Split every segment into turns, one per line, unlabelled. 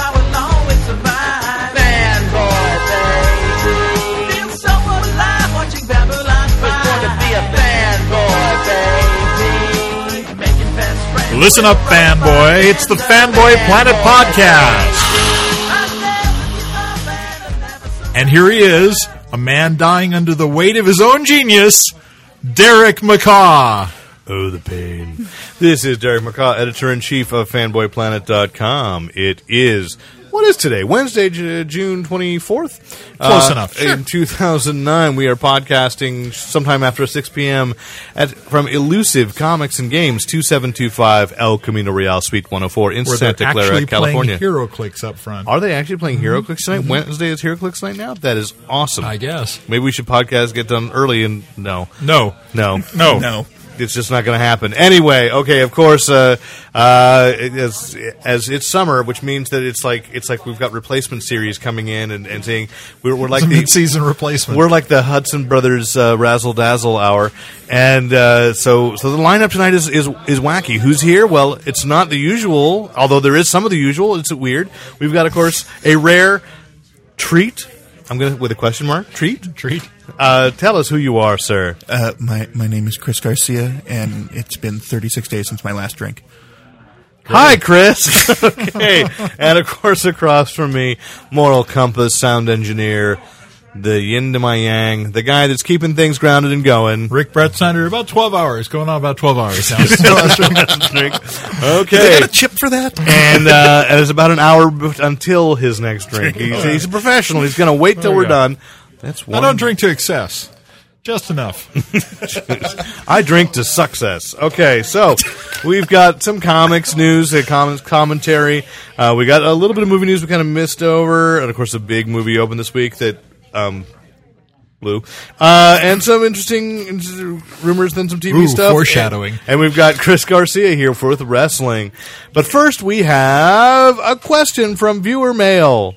I will always survive. Fanboy, baby. Feel so alive watching Babylon 5. It's going to be a fanboy, baby. Making best friends.
Listen up, fanboy. It's the Fanboy Planet Podcast. And here he is, a man dying under the weight of his own genius, Derek McCaw.
Oh, the pain. this is Derek McCaw, editor in chief of fanboyplanet.com. It is, what is today? Wednesday, J- June 24th?
Close enough. Sure.
In 2009, we are podcasting sometime after 6 p.m. At, from Elusive Comics and Games, 2725 El Camino Real, Suite 104 in
Where they're
Santa Clara,
actually
California.
playing Hero Mm-hmm. Clicks up front.
are they actually playing Hero Clicks tonight? Wednesday is Hero Clicks night now? That is awesome.
I guess.
Maybe we should podcast, get done early, and no.
No.
No.
No.
No.
It's just not going to happen. Anyway, okay, of course, uh, uh, as, as it's summer, which means that it's like it's like we've got replacement series coming in and, and saying we're, we're like
It's a
the
mid-season replacement.
we're like the Hudson Brothers uh, razzle dazzle hour, and uh, so so the lineup tonight is, is is wacky. Who's here? Well, it's not the usual, although there is some of the usual. It's weird. We've got, of course, a rare treat. I'm gonna with a question mark treat.
treat.
Uh, tell us who you are, sir.
Uh, my my name is Chris Garcia, and it's been 36 days since my last drink.
Hi, Chris. okay. and of course, across from me, moral compass, sound engineer, the yin to my yang, the guy that's keeping things grounded and going.
Rick Brett Snyder, about 12 hours. Going on about 12 hours. now.
Okay.
chip for that?
and, uh, and it's about an hour b- until his next drink. He's, he's a professional. He's going to wait till
There we
we're
go.
done. That's
I
one.
don't drink to excess. Just enough.
I drink to success. Okay, so we've got some comics news, uh, comics commentary. Uh, we got a little bit of movie news we kind of missed over, and of course, a big movie open this week that um, blew, uh, and some interesting interesting rumors, then some TV
Ooh,
stuff,
foreshadowing.
And, and we've got Chris Garcia here for with wrestling. But first, we have a question from viewer mail.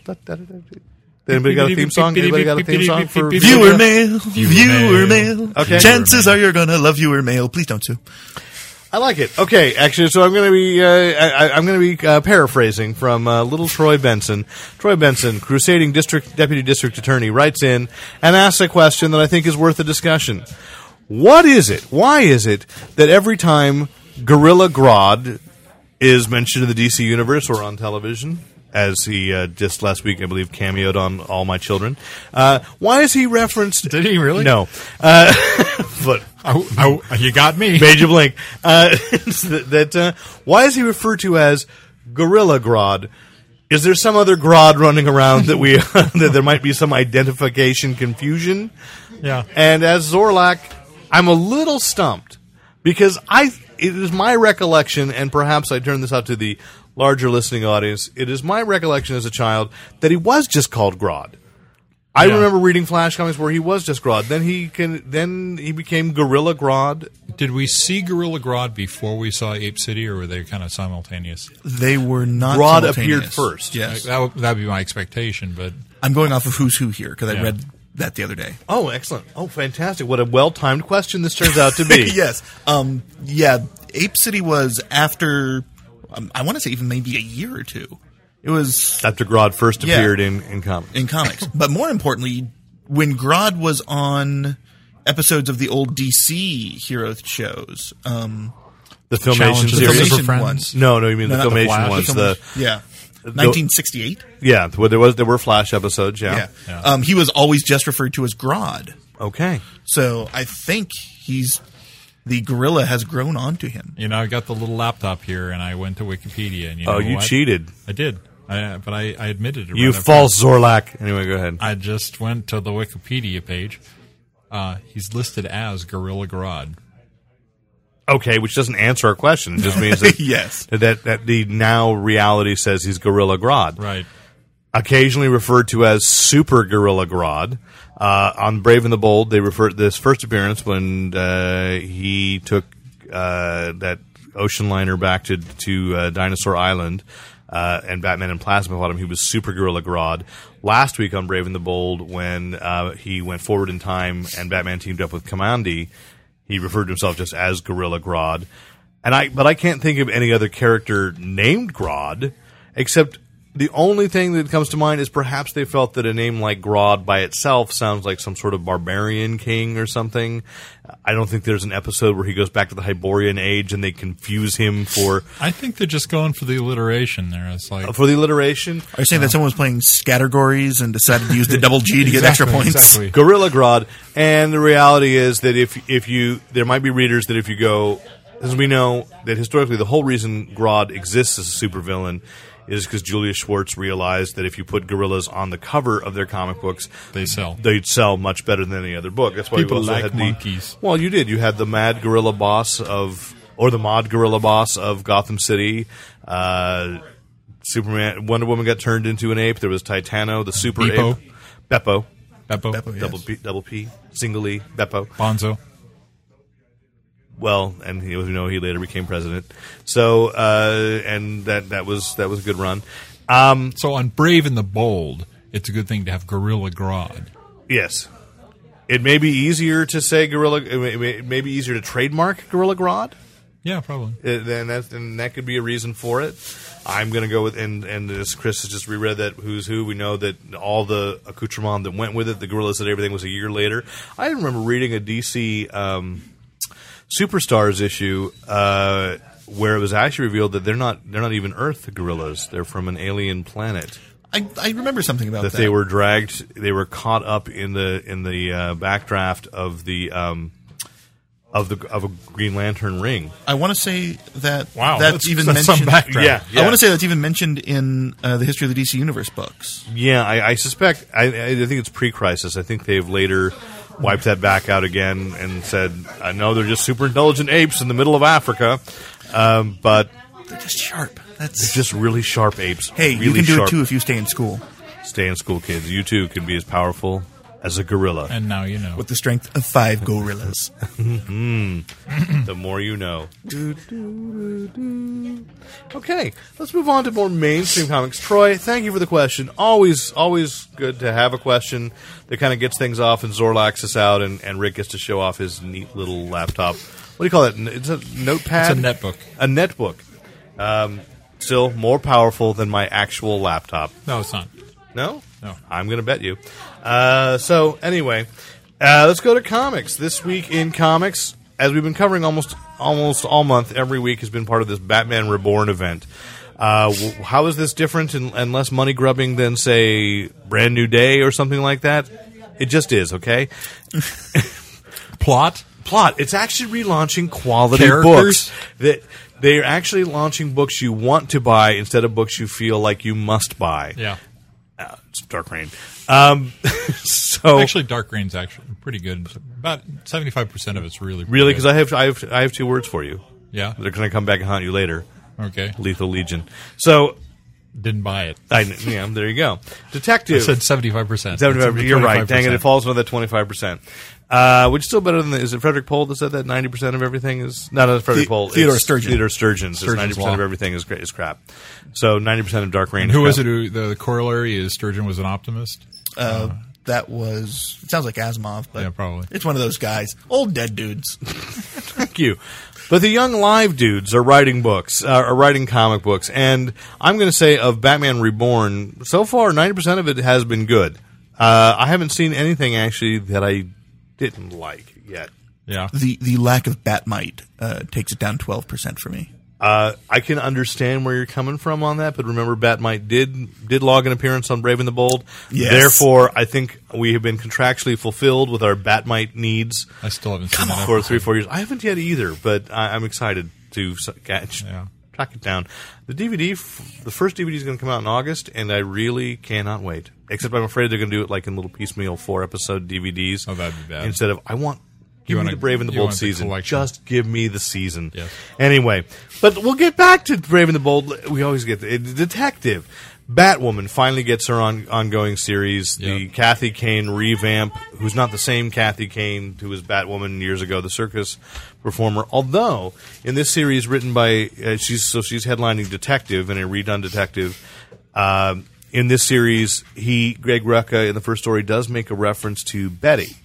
Anybody got a theme song? Anybody got a theme song for
Viewer mail. Viewer,
Viewer mail.
mail.
Okay.
Chances are you're gonna love viewer mail. Please don't sue.
I like it. Okay, actually, so I'm going to be uh, I, I- I'm going to be uh, paraphrasing from uh, Little Troy Benson. Troy Benson, crusading district deputy district attorney, writes in and asks a question that I think is worth a discussion. What is it? Why is it that every time Gorilla Grodd is mentioned in the DC universe or on television? As he uh, just last week, I believe, cameoed on All My Children. Uh, why is he referenced?
Did he really?
No, uh, but
Oh, oh, you got me.
made you blink. Uh, that that, uh, why is he referred to as Gorilla Grodd? Is there some other Grodd running around that we that there might be some identification confusion?
Yeah.
And as Zorlak, I'm a little stumped because I it is my recollection, and perhaps I turn this out to the larger listening audience. It is my recollection as a child that he was just called Grodd. I
Yeah.
remember reading Flash comics where he was just Grodd. Then he can then he became Gorilla Grodd
Did we see Gorilla Grodd before we saw Ape City, or were they kind of simultaneous?
They were not.
Rod
simultaneous.
appeared first.
Yes,
That would that'd be my expectation, but
I'm going off of who's who here because I
Yeah.
read that the other day.
Oh, excellent. Oh, fantastic. What a well timed question this turns out to be.
yes. Um. Yeah. Ape City was after. Um, I want to say even maybe a year or two. It was
After Grodd first
Yeah.
appeared in, in comics.
in comics. but more importantly, when Grodd was on episodes of the old DC hero shows, um,
The Filmation
Challenge of the
series.
Filmation
Super Friends?
ones.
No, no, you mean
No,
the
not the
Filmation
Flash.
ones.
The
The,
yeah, 1968.
yeah, where there was there were Flash episodes, yeah.
Yeah, Um, he was always just referred to as Grodd.
Okay.
So I think he's the gorilla has grown onto him.
you know, I got the little laptop here, and I went to Wikipedia, and you know
oh, you
what?
cheated.
I did, I, but I, I admitted it.
You
right up
false Zorlak. Anyway, go ahead.
front. I just went to the Wikipedia page. Uh, he's listed as Gorilla Grodd.
Okay, which doesn't answer our question. It just means that,
Yes.
that that the now reality says he's Gorilla Grodd.
Right.
occasionally referred to as Super Gorilla Grodd. Uh, on Brave and the Bold, they referred this first appearance when uh, he took uh, that ocean liner back to to uh, Dinosaur Island. Uh, and Batman and Plasma fought him. He was Super Gorilla Grodd. Last week on Brave and the Bold, when uh, he went forward in time and Batman teamed up with Commandi, he referred to himself just as Gorilla Grodd. And I, but I can't think of any other character named Grodd, except the only thing that comes to mind is perhaps they felt that a name like Grodd by itself sounds like some sort of barbarian king or something. I don't think there's an episode where he goes back to the Hyborian age and they confuse him for
I think they're just going for the alliteration there. It's like
for the alliteration.
Are you saying that someone was playing categories and decided to use the double G to get extra
Exactly,
points?
exactly.
Gorilla Grodd. And the reality is that if if you there might be readers that if you go as we know that historically the whole reason Grodd exists as a supervillain is because Julius Schwartz realized that if you put gorillas on the cover of their comic books,
They sell.
They'd sell much better than any other book. That's why
People
you also
like
had
monkeys.
The, well, you did. You had the Mad Gorilla Boss of, or the Mod Gorilla Boss of Gotham City. Uh, Superman, Wonder Woman got turned into an ape. There was Titano, the super
Beppo.
ape, Beppo,
Beppo,
Beppo, yeah.
double P, double P, single E, Beppo.
Bonzo.
Well, and he, you know he later became president. So, uh, and that that was that was a good run. Um,
So on Brave and the Bold, it's a good thing to have Gorilla Grodd.
Yes. It may be easier to say gorilla. It may, it may- it may be easier to trademark gorilla grodd.
Yeah, probably.
Uh, Then that then that could be a reason for it. I'm going to go with and and as Chris has just reread that who's who. We know that all the accoutrement that went with it, the gorillas that everything was a year later. I remember reading a DC um, superstars issue uh, where it was actually revealed that they're not they're not even Earth gorillas. They're from an alien planet
I, I remember something about that.
that they were dragged, they were caught up in the in the uh, backdraft of the um, of the of a Green Lantern ring.
I want to say that
Wow,
that's,
that's-
even
that's some
mentioned.
background.
Yeah, yeah.
I want to say that's even mentioned in uh, the history of the DC Universe books.
Yeah, I, I suspect. I, I think it's pre-crisis. I think they've later wiped that back out again and said, "I know they're just super intelligent apes in the middle of Africa, um, but
They're just sharp. That's
just really sharp apes."
hey,
really
you can do
sharp.
it too if you stay in school
Stay in school, kids. You too can be as powerful as a gorilla.
And now you know.
with the strength of five gorillas.
The more you know. Okay, let's move on to more mainstream comics. Troy, thank you for the question. Always, always good to have a question that kind of gets things off and Zorlax us out, and, and Rick gets to show off his neat little laptop. What do you call that? N- It's a notepad.
It's a netbook.
A netbook. Um, still more powerful than my actual laptop.
no, it's not.
No?
No.
I'm going to bet you. Uh, so, anyway, uh, let's go to comics. This week in comics, as we've been covering almost almost all month, every week has been part of this Batman Reborn event. Uh, w- how is this different and, and less money grubbing than, say, Brand New Day or something like that? It just is, okay?
Plot.
plot. It's actually relaunching quality
Characters?
books that they're actually launching books you want to buy instead of books you feel like you must buy.
Yeah.
Uh, it's Dark Rain. Um, so
Actually, Dark Green's actually pretty good. About seventy-five percent of it's really
really,
good.
because I have I have I have two words for you.
yeah.
They're going to come back and haunt you later.
Okay.
Lethal Legion. So
Didn't buy it.
I yeah, there you go. Detective.
I said seventy-five percent.
75 You're right. Dang it, it falls under that 25%. Uh, which is still better than the, is it Frederick Pohl that said that 90% of everything is not uh, Frederick
The-
Pohl.
Theodore
it's
Sturgeon.
Theodore Sturgeon says
Sturgeon's
90% of
law.
everything is, gra- is crap. So 90% of Dark Rain.
Who
is
was it?
crap.
Who the, the corollary is Sturgeon was an optimist.
Uh, that was it sounds like Asimov, but
Yeah, probably.
it's one of those guys, old dead dudes.
Thank you. But the young live dudes are writing books, uh, are writing comic books, and I'm going to say of Batman Reborn, so far 90% of it has been good. Uh, I haven't seen anything actually that I didn't like yet.
Yeah.
The the lack of batmite uh, takes it down twelve percent for me.
Uh, I can understand where you're coming from on that, but remember, Batmite did did log an appearance on Brave and the Bold.
Yes.
Therefore, I think we have been contractually fulfilled with our Batmite needs
I still haven't seen that.
for three, four years. I haven't yet either, but I, I'm excited to s- catch
Yeah.
track it down. The DVD, f- the first DVD is going to come out in August, and I really cannot wait. Except I'm afraid they're going to do it like in little piecemeal four episode DVDs.
Oh, that'd be bad.
Instead of I want. Give
want
me
a-
the Brave and the
you
Bold
want the
season.
collection.
Just give me the season.
Yes.
Anyway, but we'll get back to Brave and the Bold. We always get the it- eh, Detective. Batwoman finally gets her on ongoing series. The
Yeah.
Kathy Kane revamp, who's not the same Kathy Kane who was Batwoman years ago, the circus performer. Although in this series, written by uh, she's so she's headlining Detective and a redone Detective. Um, in this series, he Greg Rucka in the first story does make a reference to Betty.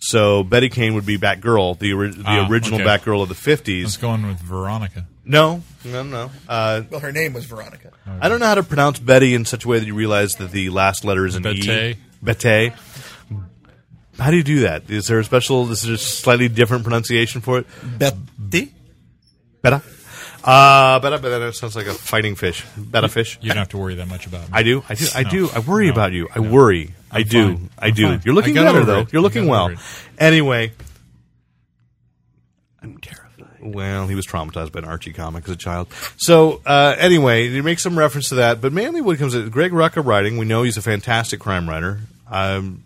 So Betty Kane would be Batgirl, the ori- the
Ah,
original
okay.
Batgirl of the
It's
fifties.
going with Veronica.
No, no, no. Uh,
Well, her name was Veronica.
I don't know how to pronounce Betty in such a way that you realize that the last letter is an E.
Bette.
Bette. How do you do that? Is there a special? Is there a slightly different pronunciation for it?
Betty?
Betta. Uh, betta, betta. That sounds like a fighting fish. Betta fish.
You don't have to worry that much about me.
I do. I do. I
No,
do. I worry
no,
about you. I
no.
worry. i
I'm
do.
fine.
I
I'm
do.
fine.
You're looking
I got
better
over
though.
it.
You're
I
looking
got
well.
over it.
Anyway, I'm terrified. Well, he was traumatized by an Archie comic as a child. So uh, anyway, he makes some reference to that, but mainly what comes at Greg Rucka writing. We know he's a fantastic crime writer. Um,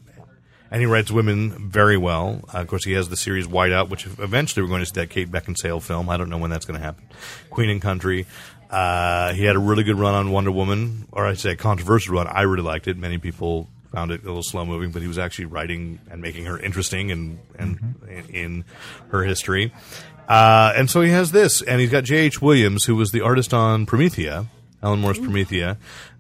and he writes women very well. Uh, of course, he has the series Whiteout, which eventually we're going to see that Kate Beckinsale film. I don't know when that's going to happen. Queen and Country. Uh, he had a really good run on Wonder Woman, or I'd say a controversial run. I really liked it. Many people found it a little slow moving, but he was actually writing and making her interesting and and in, in her history. Uh, and so he has this, and he's got J.H. Williams, who was the artist on Promethea, Alan Moore's Promethea,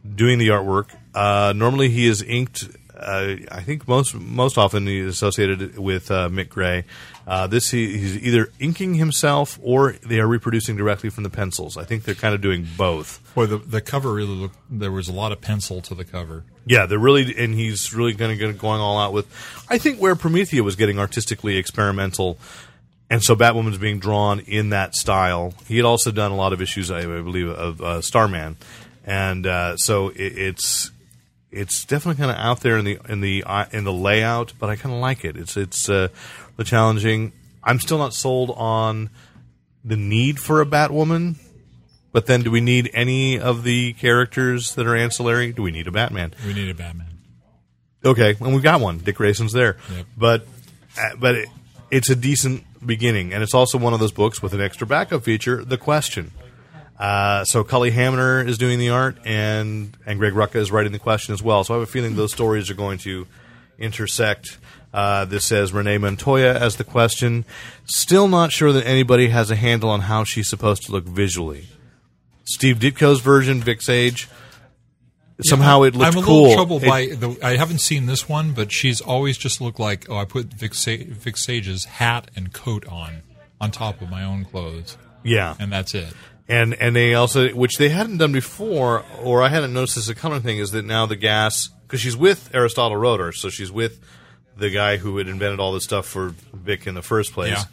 doing the artwork. Uh, normally, he is inked uh, I think most most often he's associated with uh, Mick Gray. Uh, this he, he's either inking himself or they are reproducing directly from the pencils. I think they're kind of doing both.
Boy, the, the cover really looked. There was a lot of pencil to the cover.
Yeah, they're really and he's really going to going all out with. I think where Promethea was getting artistically experimental. And so Batwoman's being drawn in that style. He had also done a lot of issues, I, I believe, of uh, Starman, and uh, so it, it's it's definitely kind of out there in the in the uh, in the layout, but I kind of like it. It's it's uh, really challenging. I'm still not sold on the need for a Batwoman, but then do we need any of the characters that are ancillary? Do we need a Batman?
We need a Batman.
Okay, and we've got one. Dick Grayson's there,
Yep.
but uh, but it, it's a decent beginning, and it's also one of those books with an extra backup feature, The Question. Uh, so Cully Hamner is doing the art, and and Greg Rucka is writing the question as well. So I have a feeling those stories are going to intersect. Uh, this says Renee Montoya as the question. Still not sure that anybody has a handle on how she's supposed to look visually. Steve Ditko's version, Vic Sage. Somehow it looked
I'm a
cool.
little troubled
It-
by the. I haven't seen this one, but she's always just looked like oh, I put Vic, Sa- Vic Sage's hat and coat on on top of my own clothes,
yeah,
and that's it.
and and they also which they hadn't done before or i hadn't noticed as a common thing is that now the gas because she's with aristotle roeder so she's with the guy who had invented all this stuff for vic in the first place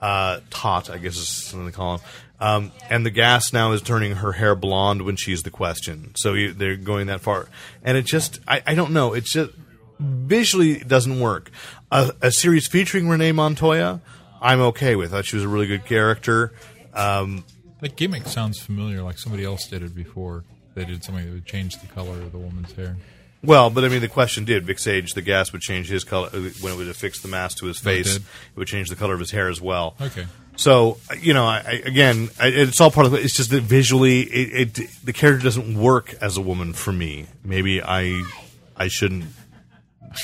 uh, tot i guess is something they call him um, and the gas now is turning her hair blonde when she's the question so you, they're going that far and it just i, I don't know it's just visually it doesn't work. A, a series featuring Renee Montoya, I'm okay with. I thought she was a really good character. Um,
That gimmick sounds familiar, like somebody else did it before. They did something that would change the color of the woman's hair.
Well, but I mean, the question did Vic Sage, the gas would change his color uh, when it would affix the mask to his face. It,
did.
would change the color of his hair as well.
Okay.
So uh, you know, I, I, again, I, it's all part of it. It's just that visually, it, it the character doesn't work as a woman for me. Maybe I, I shouldn't.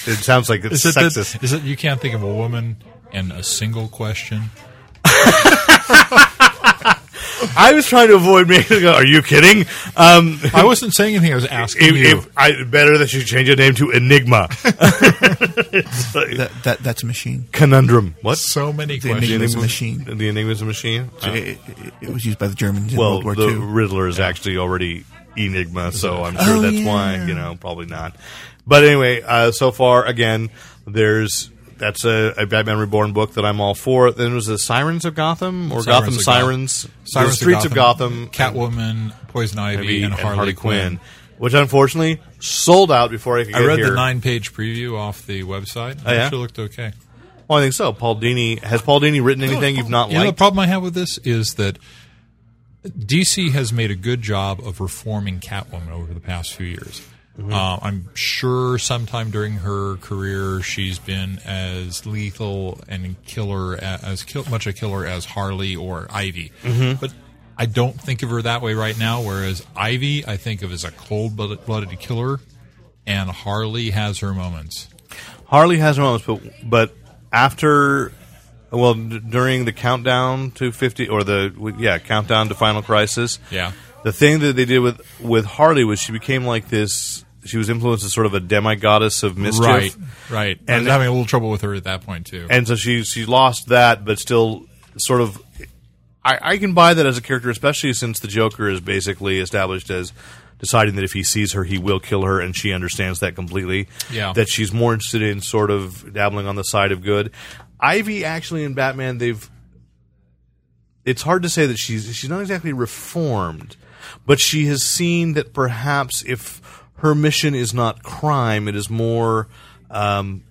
It sounds like it's
Is it, that-
sexist.
is it you can't think of a woman and a single question?
I was trying to avoid making. it go, Are you kidding? Um,
I wasn't saying anything. I was asking
if-
you.
if- I, better that you change your name to Enigma. It's like
That, that, that's a machine.
conundrum. What?
so many
The
questions.
Enigma's a machine.
The Enigma's a machine.
So it, it, it was used by the Germans in
Oh. well,
World
the
War II.
Riddler is actually already Enigma, so I'm sure
Oh,
that's
yeah.
why you know probably not. But anyway, uh, so far again, there's that's a, a Batman Reborn book that I'm all for. Then was the Sirens of Gotham or Gotham
of
Sirens,
Sirens
the Streets of Gotham,
Catwoman, Poison Ivy,
Ivy,
and, Harley, Quinn.
which unfortunately sold out before I could.
I
get
read
here.
the nine-page preview off the website. It
yeah?
actually looked okay.
Well, I think so. Paul Dini has Paul Dini written anything you've not
You know, the
liked?
problem I have with this is that DC has made a good job of reforming Catwoman over the past few years. Uh, I'm sure sometime during her career, she's been as Mm-hmm. lethal and killer a- as kill, much a killer as Harley or Ivy. But I don't think of her that way right now. Whereas Ivy, I think of as a cold blooded killer, and Harley has her moments.
Harley has her moments, but but after, well, d- during the countdown to fifty or the yeah countdown to Final Crisis,
Yeah.
the thing that they did with with Harley was she became like this. She was influenced as sort of a demigoddess of mischief,
Right, right. I
And-
was having a little trouble with her at that point too.
and so she she lost that, but still sort of. I, I can buy that as a character, especially since the Joker is basically established as deciding that if he sees her, he will kill her, and she understands that completely.
Yeah.
that she's more interested in sort of dabbling on the side of good. Ivy actually in Batman, they've. It's hard to say that she's she's not exactly reformed, but she has seen that perhaps if her mission is not crime, it is more um,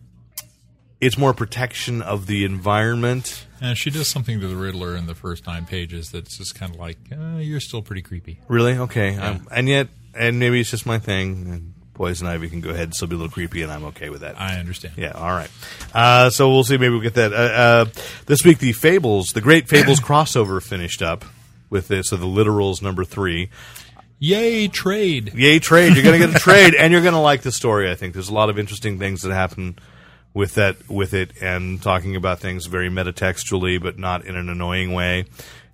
it's more protection of the environment.
and she does something to the Riddler in the first nine pages that's just kind of like, uh, you're still pretty creepy.
Really? Okay. Um, and yet, and maybe it's just my thing. And Poison Ivy can go ahead and still be a little creepy, and I'm okay with that.
I understand.
yeah, all right. Uh, so we'll see. Maybe we'll get that. Uh, uh, this week, the Fables, the Great Fables crossover finished up with this. So the literals number three.
Yay, trade.
Yay, trade. You're going to get a trade, and you're going to like the story, I think. There's a lot of interesting things that happen with that with it and talking about things very metatextually but not in an annoying way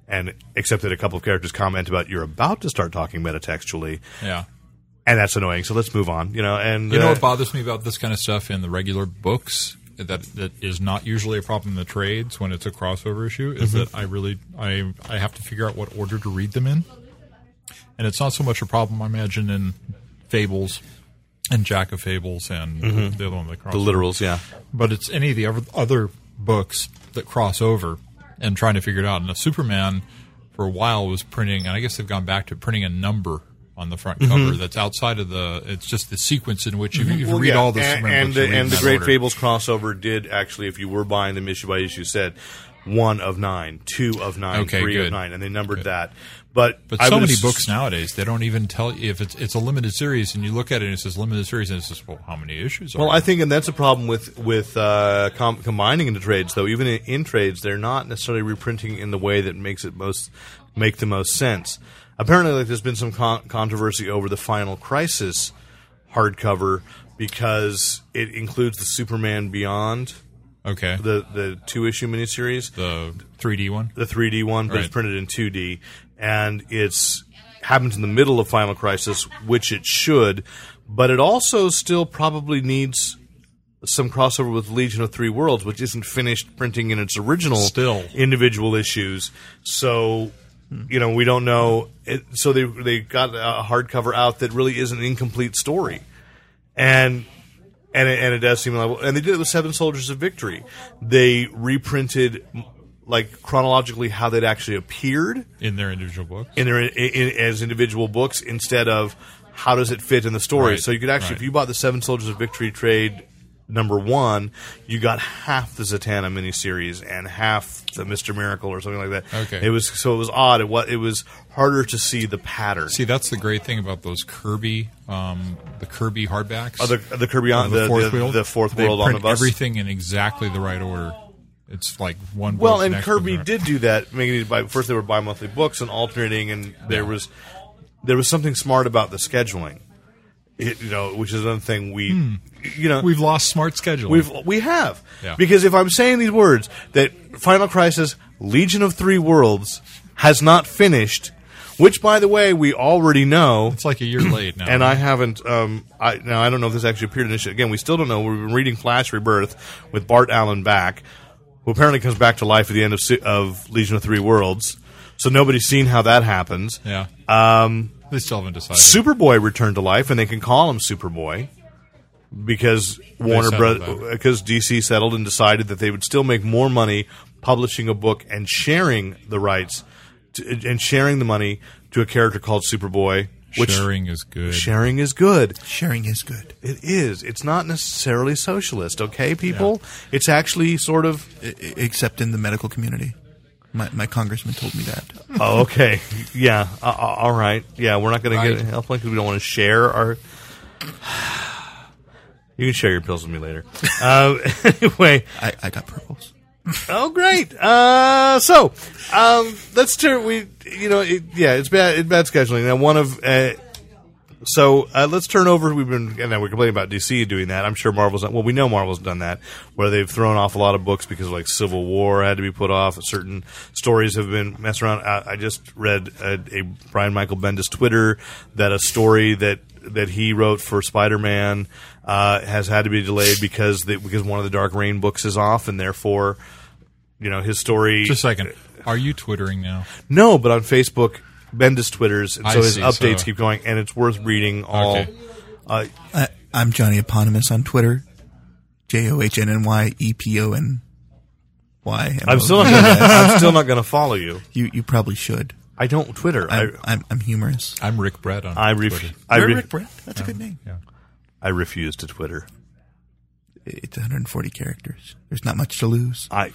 and except that a couple of characters comment about you're about to start talking metatextually
Yeah.
and that's annoying so let's move on you know and
You know
uh,
what bothers me about this kind of stuff in the regular books that that is not usually a problem in the trades when it's a crossover issue is that I really I I have to figure out what order to read them in, and it's not so much a problem I imagine in Fables and Jack of Fables and Mm-hmm. the other one that
the
crossover,
literals yeah
but it's any of the other, other books that cross over and trying to figure it out. And the Superman for a while was printing, and I guess they've gone back to printing a number. On the front cover, that's outside of the. It's just the sequence in which you, if you
Mm-hmm. Well,
read
yeah,
all the
and,
Superman
and
books, you
the,
read in
and the
that
Great
order.
Fables crossover did actually, if you were buying them issue by issue, said one of nine, two of nine,
Okay,
three of
good.
nine, and they numbered that. But
But
I
so
would
many
ass-
books nowadays, they don't even tell you if it's it's a limited series, and you look at it and it says limited series, and it says, well, how many issues? Are
Well, I
there?
think, and that's a problem with with uh, com- combining into trades, though. Even in, in trades, they're not necessarily reprinting in the way that makes it most make the most sense. Apparently, like there's been some con- controversy over the Final Crisis hardcover because it includes the Superman Beyond,
okay, the,
the the two issue miniseries,
3D one.
the 3D one, but it's
Right.
printed in 2D, and it's happens in the middle of Final Crisis, which it should, but it also still probably needs some crossover with Legion of Three Worlds, which isn't finished printing in its original
Still.
individual issues. So, you know, we don't know. It, so they they got a hardcover out that really is an incomplete story, and and it, and it does seem like and they did it with Seven Soldiers of Victory. They reprinted m- like chronologically how they'd actually appeared
in their individual books.
in their in, as individual books instead of how does it fit in the story.
Right,
So you could actually,
right.
if you bought the Seven Soldiers of Victory trade number one, you got half the Zatanna miniseries and half the Mister Miracle or something like that.
Okay.
it was so it was odd. It was it was harder to see the pattern.
See, that's the great thing about those Kirby, um, the Kirby hardbacks.
Oh, the, the Kirby on the, the, the, fourth
they
world on
print
the bus.
Everything in exactly the right order. It's like one.
Well,
book
and
next to the
Kirby
next.
did do that. Making it by, first they were bi-monthly books and alternating, and there was there was something smart about the scheduling. It, you know, which is another thing we, you know,
We've lost smart scheduling.
We've we have
Hmm. Yeah.
because if I'm saying these words that Final Crisis Legion of Three Worlds has not finished, which by the way we already know,
it's like a year late now.
and I haven't. Um, I now I don't know if this actually appeared in this. Again, we still don't know. We've been reading Flash Rebirth with Bart Allen back, who apparently comes back to life at the end of Se- of Legion of Three Worlds. So nobody's seen how that happens.
yeah. Um, they still haven't decided.
Superboy returned to life, and they can call him Superboy because Warner
settled
Bros. because DC settled and decided that they would still make more money publishing a book and sharing the rights to, and sharing the money to a character called Superboy. Which
Sharing is good.
sharing is good.
Sharing is good.
It is. It's not necessarily socialist, okay, people. It's actually sort of
I- I- except in the medical community. My, my congressman told me that.
Oh, okay. Yeah. Uh, uh, all right. Yeah, we're not going
Right.
to get health plan because we don't want to share our. You can share your pills with me later. Um, anyway,
I, I got purples.
Oh, great. Uh, so, um, let's turn. We, you know, it, yeah, it's bad. It's bad scheduling. Now, one of uh, so uh, let's turn over. We've been and now we're complaining about DC doing that. I'm sure Marvel's not, well. We know Marvel's done that where they've thrown off a lot of books because like Civil War had to be put off. Certain stories have been messed around. I, I just read a, a Brian Michael Bendis Twitter that a story that that he wrote for Spider Man uh, has had to be delayed because the, because one of the Dark Rain books is off and therefore. You know his story.
Just a second. Are you twittering now?
No, but on Facebook, Bendis twitters, and
I
so his
see,
updates
so-
keep going, and it's worth reading all.
Okay.
Uh,
I, I'm Johnny Eponymous on Twitter. J O H N N Y E P O N Y.
I'm still not. Gonna, I'm still not going to follow you.
You you probably should.
I don't Twitter. I
I'm, I'm, I'm humorous.
I'm Rick Brett on
I,
Twitter.
ref, I,
We're
re-
Rick Brett. That's a good name.
Yeah.
I refuse to Twitter.
It's 140 characters. There's not much to lose.
I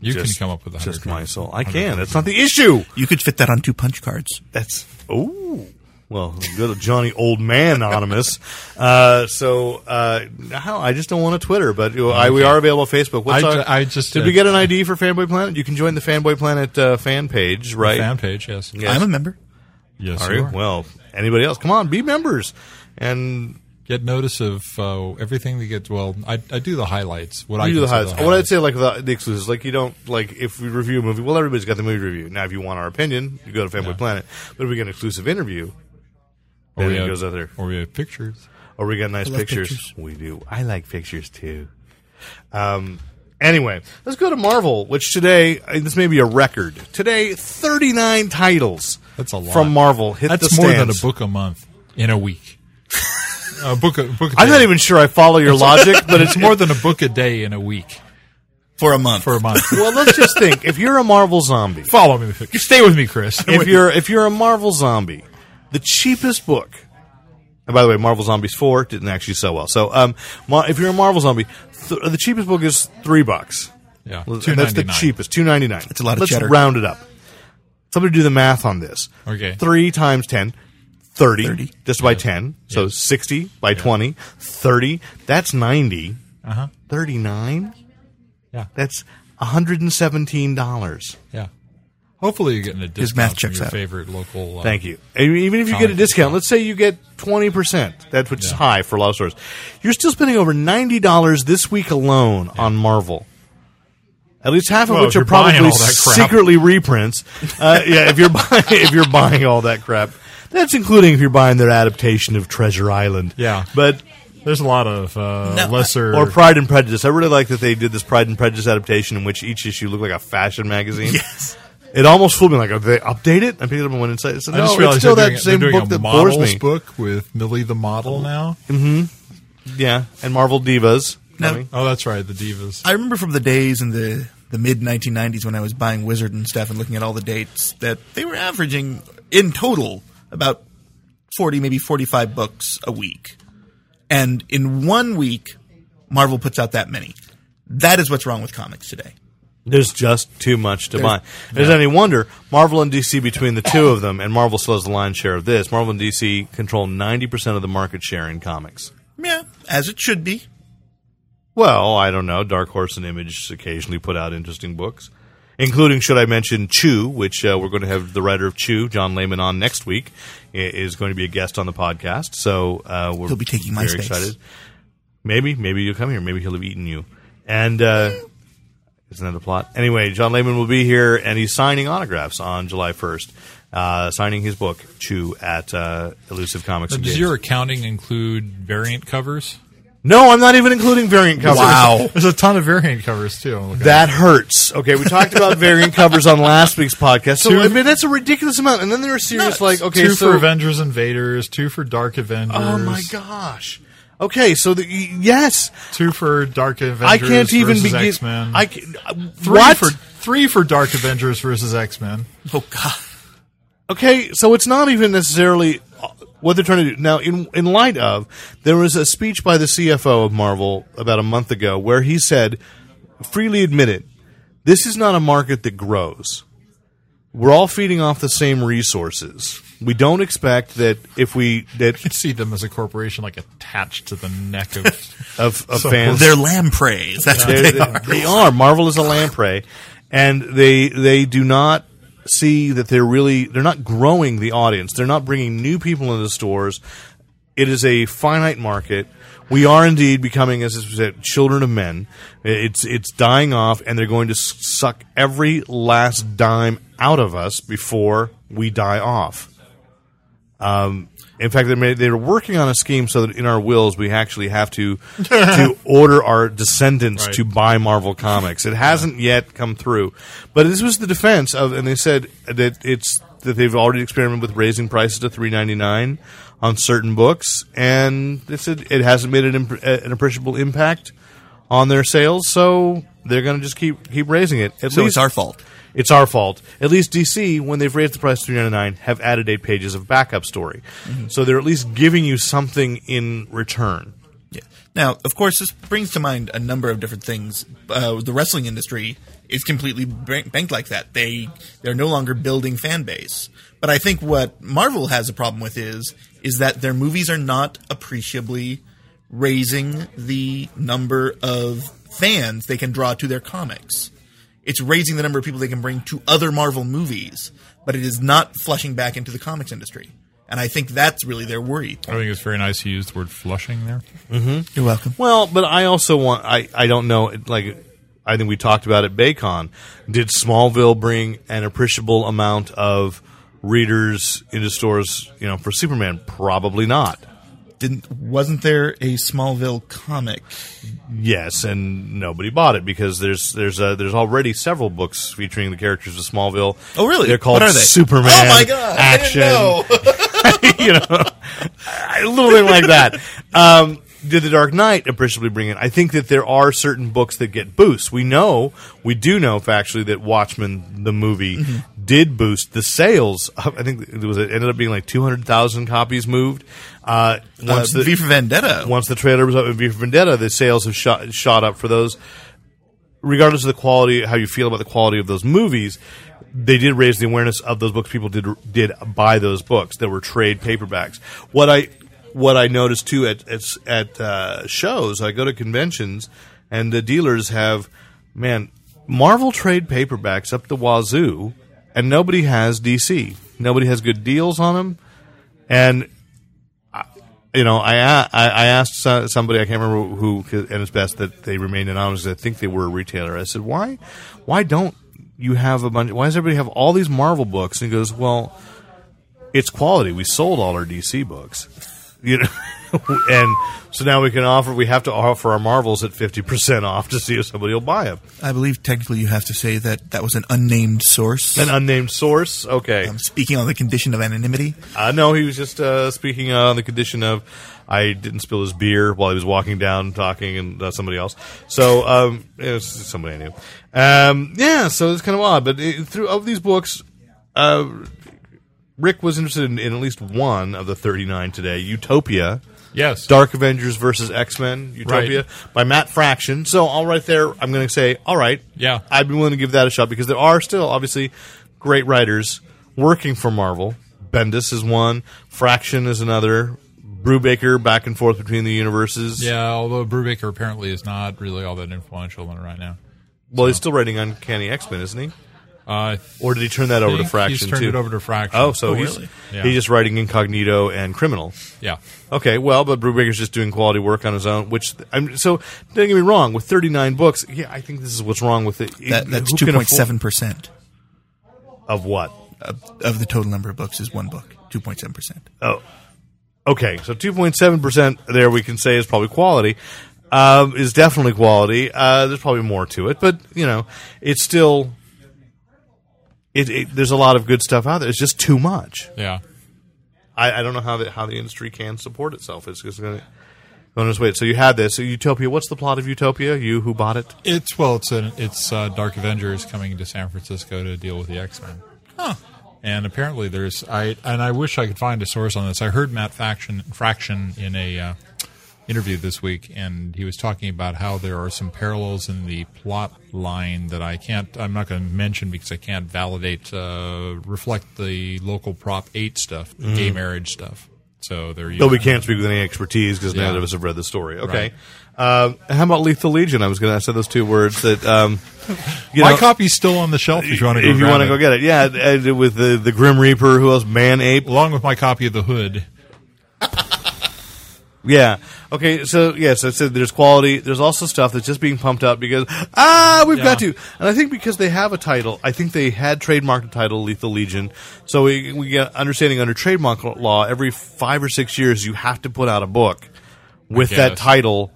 You
just-
can come up with a hundred
just my
words.
soul. I can. That's not the issue.
You could fit that on two punch cards.
That's oh well, good old Johnny Old Man Anonymous. Uh, so uh, how I just don't want to Twitter, but you know, I, we are available on Facebook. What's
I
our-
ju- I just,
did
uh,
we get an ID for Fanboy Planet? You can join the Fanboy Planet uh, fan page, right?
Fan page, yes.
Yes.
I'm a member.
Yes,
Are
you
you?
are.
Well, anybody else? Come on, be members. And
Get notice of uh, everything that gets. Well, I, I do the highlights. What I
you do the
consider
highlights. What I'd say, like the, the exclusives, like you don't like if we review a movie. Well, everybody's got the movie review now. If you want our opinion, you go to Fanboy Planet. But if we get an exclusive interview,
Or
then
we
it
have-
goes out there.
Or we have pictures.
or we got nice
love
pictures.
pictures.
We do. I like pictures too. Um. Anyway, let's go to Marvel, which today uh, this may be a record. Today, thirty nine titles.
That's a lot.
from Marvel. Hit
That's
the
more than a
stands.
book a month in a week. a book. A, book a
I'm
day.
not even sure I follow your logic, but
It's more than a book a day in a week
For a month.
for a month.
well, let's just think. If you're a Marvel zombie,
Follow me. Stay with me, Chris.
if you're if you're a Marvel zombie, the cheapest book. And by the way, Marvel Zombies Four didn't actually sell well. So, um, Mar- if you're a Marvel zombie, th- the cheapest book is three bucks.
yeah,
And that's the
$2.99.
cheapest, two ninety nine.
That's a lot of
Let's
cheddar.
round it up. Somebody do the math on this.
Okay.
Three times 10, 30,
30.
just by 10. So 60 by 20, 30. That's 90.
Uh-huh.
39?
Yeah.
That's $117.
Yeah. Hopefully, you're getting a discount
math
from
checks
your
out.
favorite local. Uh,
Thank you. And Even if you get a
College
discount,
discount.
let's say you get 20%, that's which is
Yeah.
high for a lot of stores. You're still spending over $90 this week alone on Marvel. At least half of
Well,
which
if
are
you're buying
probably
all that crap.
secretly reprints. Uh, yeah, if you're buying if you're buying all that crap. That's including if you're buying their adaptation of Treasure Island.
Yeah.
But
There's a lot of uh,
No, I-
lesser.
or Pride and Prejudice. I really like that they did this Pride and Prejudice adaptation in which each issue looked like a fashion magazine.
Yes.
It almost fooled me. Like, are they update it? I picked it up and went inside. So,
I
no,
just
it's
realized
still
they're
that
doing,
same
they're doing
book
a
that bores
models
me. Mm-hmm.
book with Millie the model now.
Yeah, and Marvel Divas.
No.
Coming.
Oh, that's right, the divas.
I remember from the days in the, the mid 1990s when I was buying Wizard and stuff and looking at all the dates that they were averaging in total about 40, maybe 45 books a week. And in one week, Marvel puts out that many. That is what's wrong with comics today.
There's just too much to buy.
There's-
There's any wonder Marvel and DC between the two of them, and Marvel still has the lion's share of this. Marvel and DC control ninety percent of the market share in comics.
Yeah, as it should be.
Well, I don't know. Dark Horse and Image occasionally put out interesting books, including, should I mention, Chew, which uh, we're going to have the writer of Chew, John Lehman, on next week. I- is going to be a guest on the podcast, so uh, we're
He'll be taking my
very
space.
excited. Maybe, maybe you'll come here. Maybe he'll have eaten you. And uh, isn't that a plot? Anyway, John Lehman will be here, and he's signing autographs on July first. Uh, signing his book Chew at uh, Elusive Comics.
So
and
does
Games.
your accounting include variant covers?
no, I'm not even including variant covers.
There's a ton of variant covers too. I'm looking at-
That hurts. Okay, we talked about variant covers on last week's podcast. So
Two-
I mean, that's a ridiculous amount. And then there are serious
Nuts.
like okay,
two
so
for Avengers Invaders, two for Dark Avengers.
oh my gosh. Okay, so the, y- yes,
Two for Dark Avengers.
I can't even
versus
begin.
X-Men.
I can, uh,
three
what?
for three for Dark Avengers versus X Men.
Oh, God.
okay, so it's not even necessarily uh, what they're trying to do now. In in light of there was a speech by the CFO of Marvel about a month ago where he said, freely admitted, this is not a market that grows. we're all feeding off the same resources. We don't expect that if we that
see them as a corporation like attached to the neck of
of, of fans
They're lampreys. That's what
They're-
they
they,
are.
they are. Marvel is a lamprey, and they they do not see that they're really they're not growing the audience. They're not bringing new people into the stores. It is a finite market. We are indeed becoming, as I said, children of men. It's it's dying off, and they're going to s- suck every last dime out of us before we die off. In fact, they made, they were working on a scheme so that in our wills we actually have to to order our descendants
Right.
to buy Marvel comics. It hasn't yet come through, but this was the defense of, and they said that it's that they've already experimented with raising prices to three ninety nine on certain books, and they said it hasn't made an, imp- an appreciable impact on their sales, so they're going to just keep keep raising it. At
So
least
it's our fault.
it's our fault. At least DC, when they've raised the price to three ninety nine, have added eight pages of backup story, so they're at least giving you something in return.
Yeah. Now, of course, this brings to mind a number of different things. Uh, the wrestling industry is completely bank- banked like that. They they're no longer building fan base. But I think what Marvel has a problem with is is that their movies are not appreciably raising the number of fans they can draw to their comics. It's raising the number of people they can bring to other Marvel movies, but it is not flushing back into the comics industry. And I think that's really their worry.
I think it's very nice he used the word flushing there.
You're welcome.
Well, but I also want I I don't know it- like I think we talked about it. Baycon did Smallville bring an appreciable amount of readers into stores? You know, for Superman, probably not.
didn't wasn't there a Smallville comic?
Yes, and nobody bought it because there's there's uh there's already several books featuring the characters of Smallville.
Oh, really?
They're called
What are they?
Superman.
Oh, my God. I
Action.
didn't know.
you know, a little bit like that. Um, did the Dark Knight appreciably bring it? I think that there are certain books that get boosts. We know, we do know factually that Watchmen, the movie, did boost the sales. Of, I think it was it ended up being like two hundred thousand copies moved. Uh,
Uh,
once the,
V for Vendetta.
once the trailer was up in V for Vendetta, the sales have shot shot up for those. Regardless of the quality, how you feel about the quality of those movies, they did raise the awareness of those books. People did did buy those books. There were trade paperbacks. What I what I noticed too at at, at uh, shows, I go to conventions, and the dealers have man Marvel trade paperbacks up the wazoo, and nobody has DC. Nobody has good deals on them, and you know, I a- I, I asked so- somebody I can't remember who, 'cause- and it's best that they remained anonymous. 'cause I think they were a retailer. I said, why, why don't you have a bunch? Why does everybody have all these Marvel books? And he goes, well, it's quality. We sold all our DC books, you know, and so now we can offer. We have to offer our Marvels at fifty percent off to see if somebody will buy them.
I believe technically you have to say that that was an unnamed source.
An unnamed source. Okay,
I'm speaking on the condition of anonymity.
Uh, no, he was just uh, speaking uh, on the condition of I didn't spill his beer while he was walking down talking and uh, somebody else. So um, it was somebody I knew. Um, yeah, so it's kind of odd. But it, through of these books, uh, Rick was interested in, in at least one of the 39 today Utopia,
Yes.
Dark Avengers versus X Men, Utopia by Matt Fraction. So all right there, I'm going to say, all right,
Yeah.
I'd be willing to give that a shot because there are still obviously great writers working for Marvel. Bendis is one, Fraction is another, Brubaker back and forth between the universes.
Yeah, although Brubaker apparently is not really all that influential in it right now.
Well, he's still writing Uncanny X Men, isn't he?
Uh,
Or did he turn that over to
think
Fraction
He's turned
too?
it over to Fraction.
Oh, so he's
really?
Yeah.
he's just writing Incognito and Criminal.
yeah.
Okay, well, but Brubaker's just doing quality work on his own, which I'm so don't get me wrong. With 39 books, yeah, I think this is what's wrong with it.
That, that's
Who
two
can
point
afford-
seven percent
of what?
of the total number of books is one book. Two point seven percent.
Oh, okay, so 2.7 percent there we can say is probably quality. Um, is definitely quality. Uh, there's probably more to it, but you know, it's still. It, it, there's a lot of good stuff out there. It's just too much.
Yeah.
I, I don't know how the how the industry can support itself. It's just going to. On its way. So you had this. So Utopia. What's the plot of Utopia? You who bought it?
It's well, it's an, it's uh, Dark Avengers coming to San Francisco to deal with the X Men. And apparently, there's I and I wish I could find a source on this. I heard Matt Faction Fraction in a uh, interview this week, and he was talking about how there are some parallels in the plot line that I can't, I'm not going to mention because I can't validate, uh, reflect the local Prop 8 stuff, gay marriage stuff. So there you
Though Mm-hmm. we
go.
can't speak with any expertise because
Yeah.
none of us have read the story. Okay. Um, how about Lethal Legion? I was going to say those two words that. Um, you
My
know,
copy's still on the shelf if you want to go
if you
grab
want to
it.
go get it, yeah, and- and with the the Grim Reaper, who else? Man Ape,
Along with my copy of The Hood.
yeah. Okay, so yeah, so, so there's quality. There's also stuff that's just being pumped up because ah, we've got
Yeah.
to. And I think because they have a title, I think they had trademarked the title Lethal Legion. So we we get understanding under trademark law, every five or six years you have to put out a book with that
guess.
title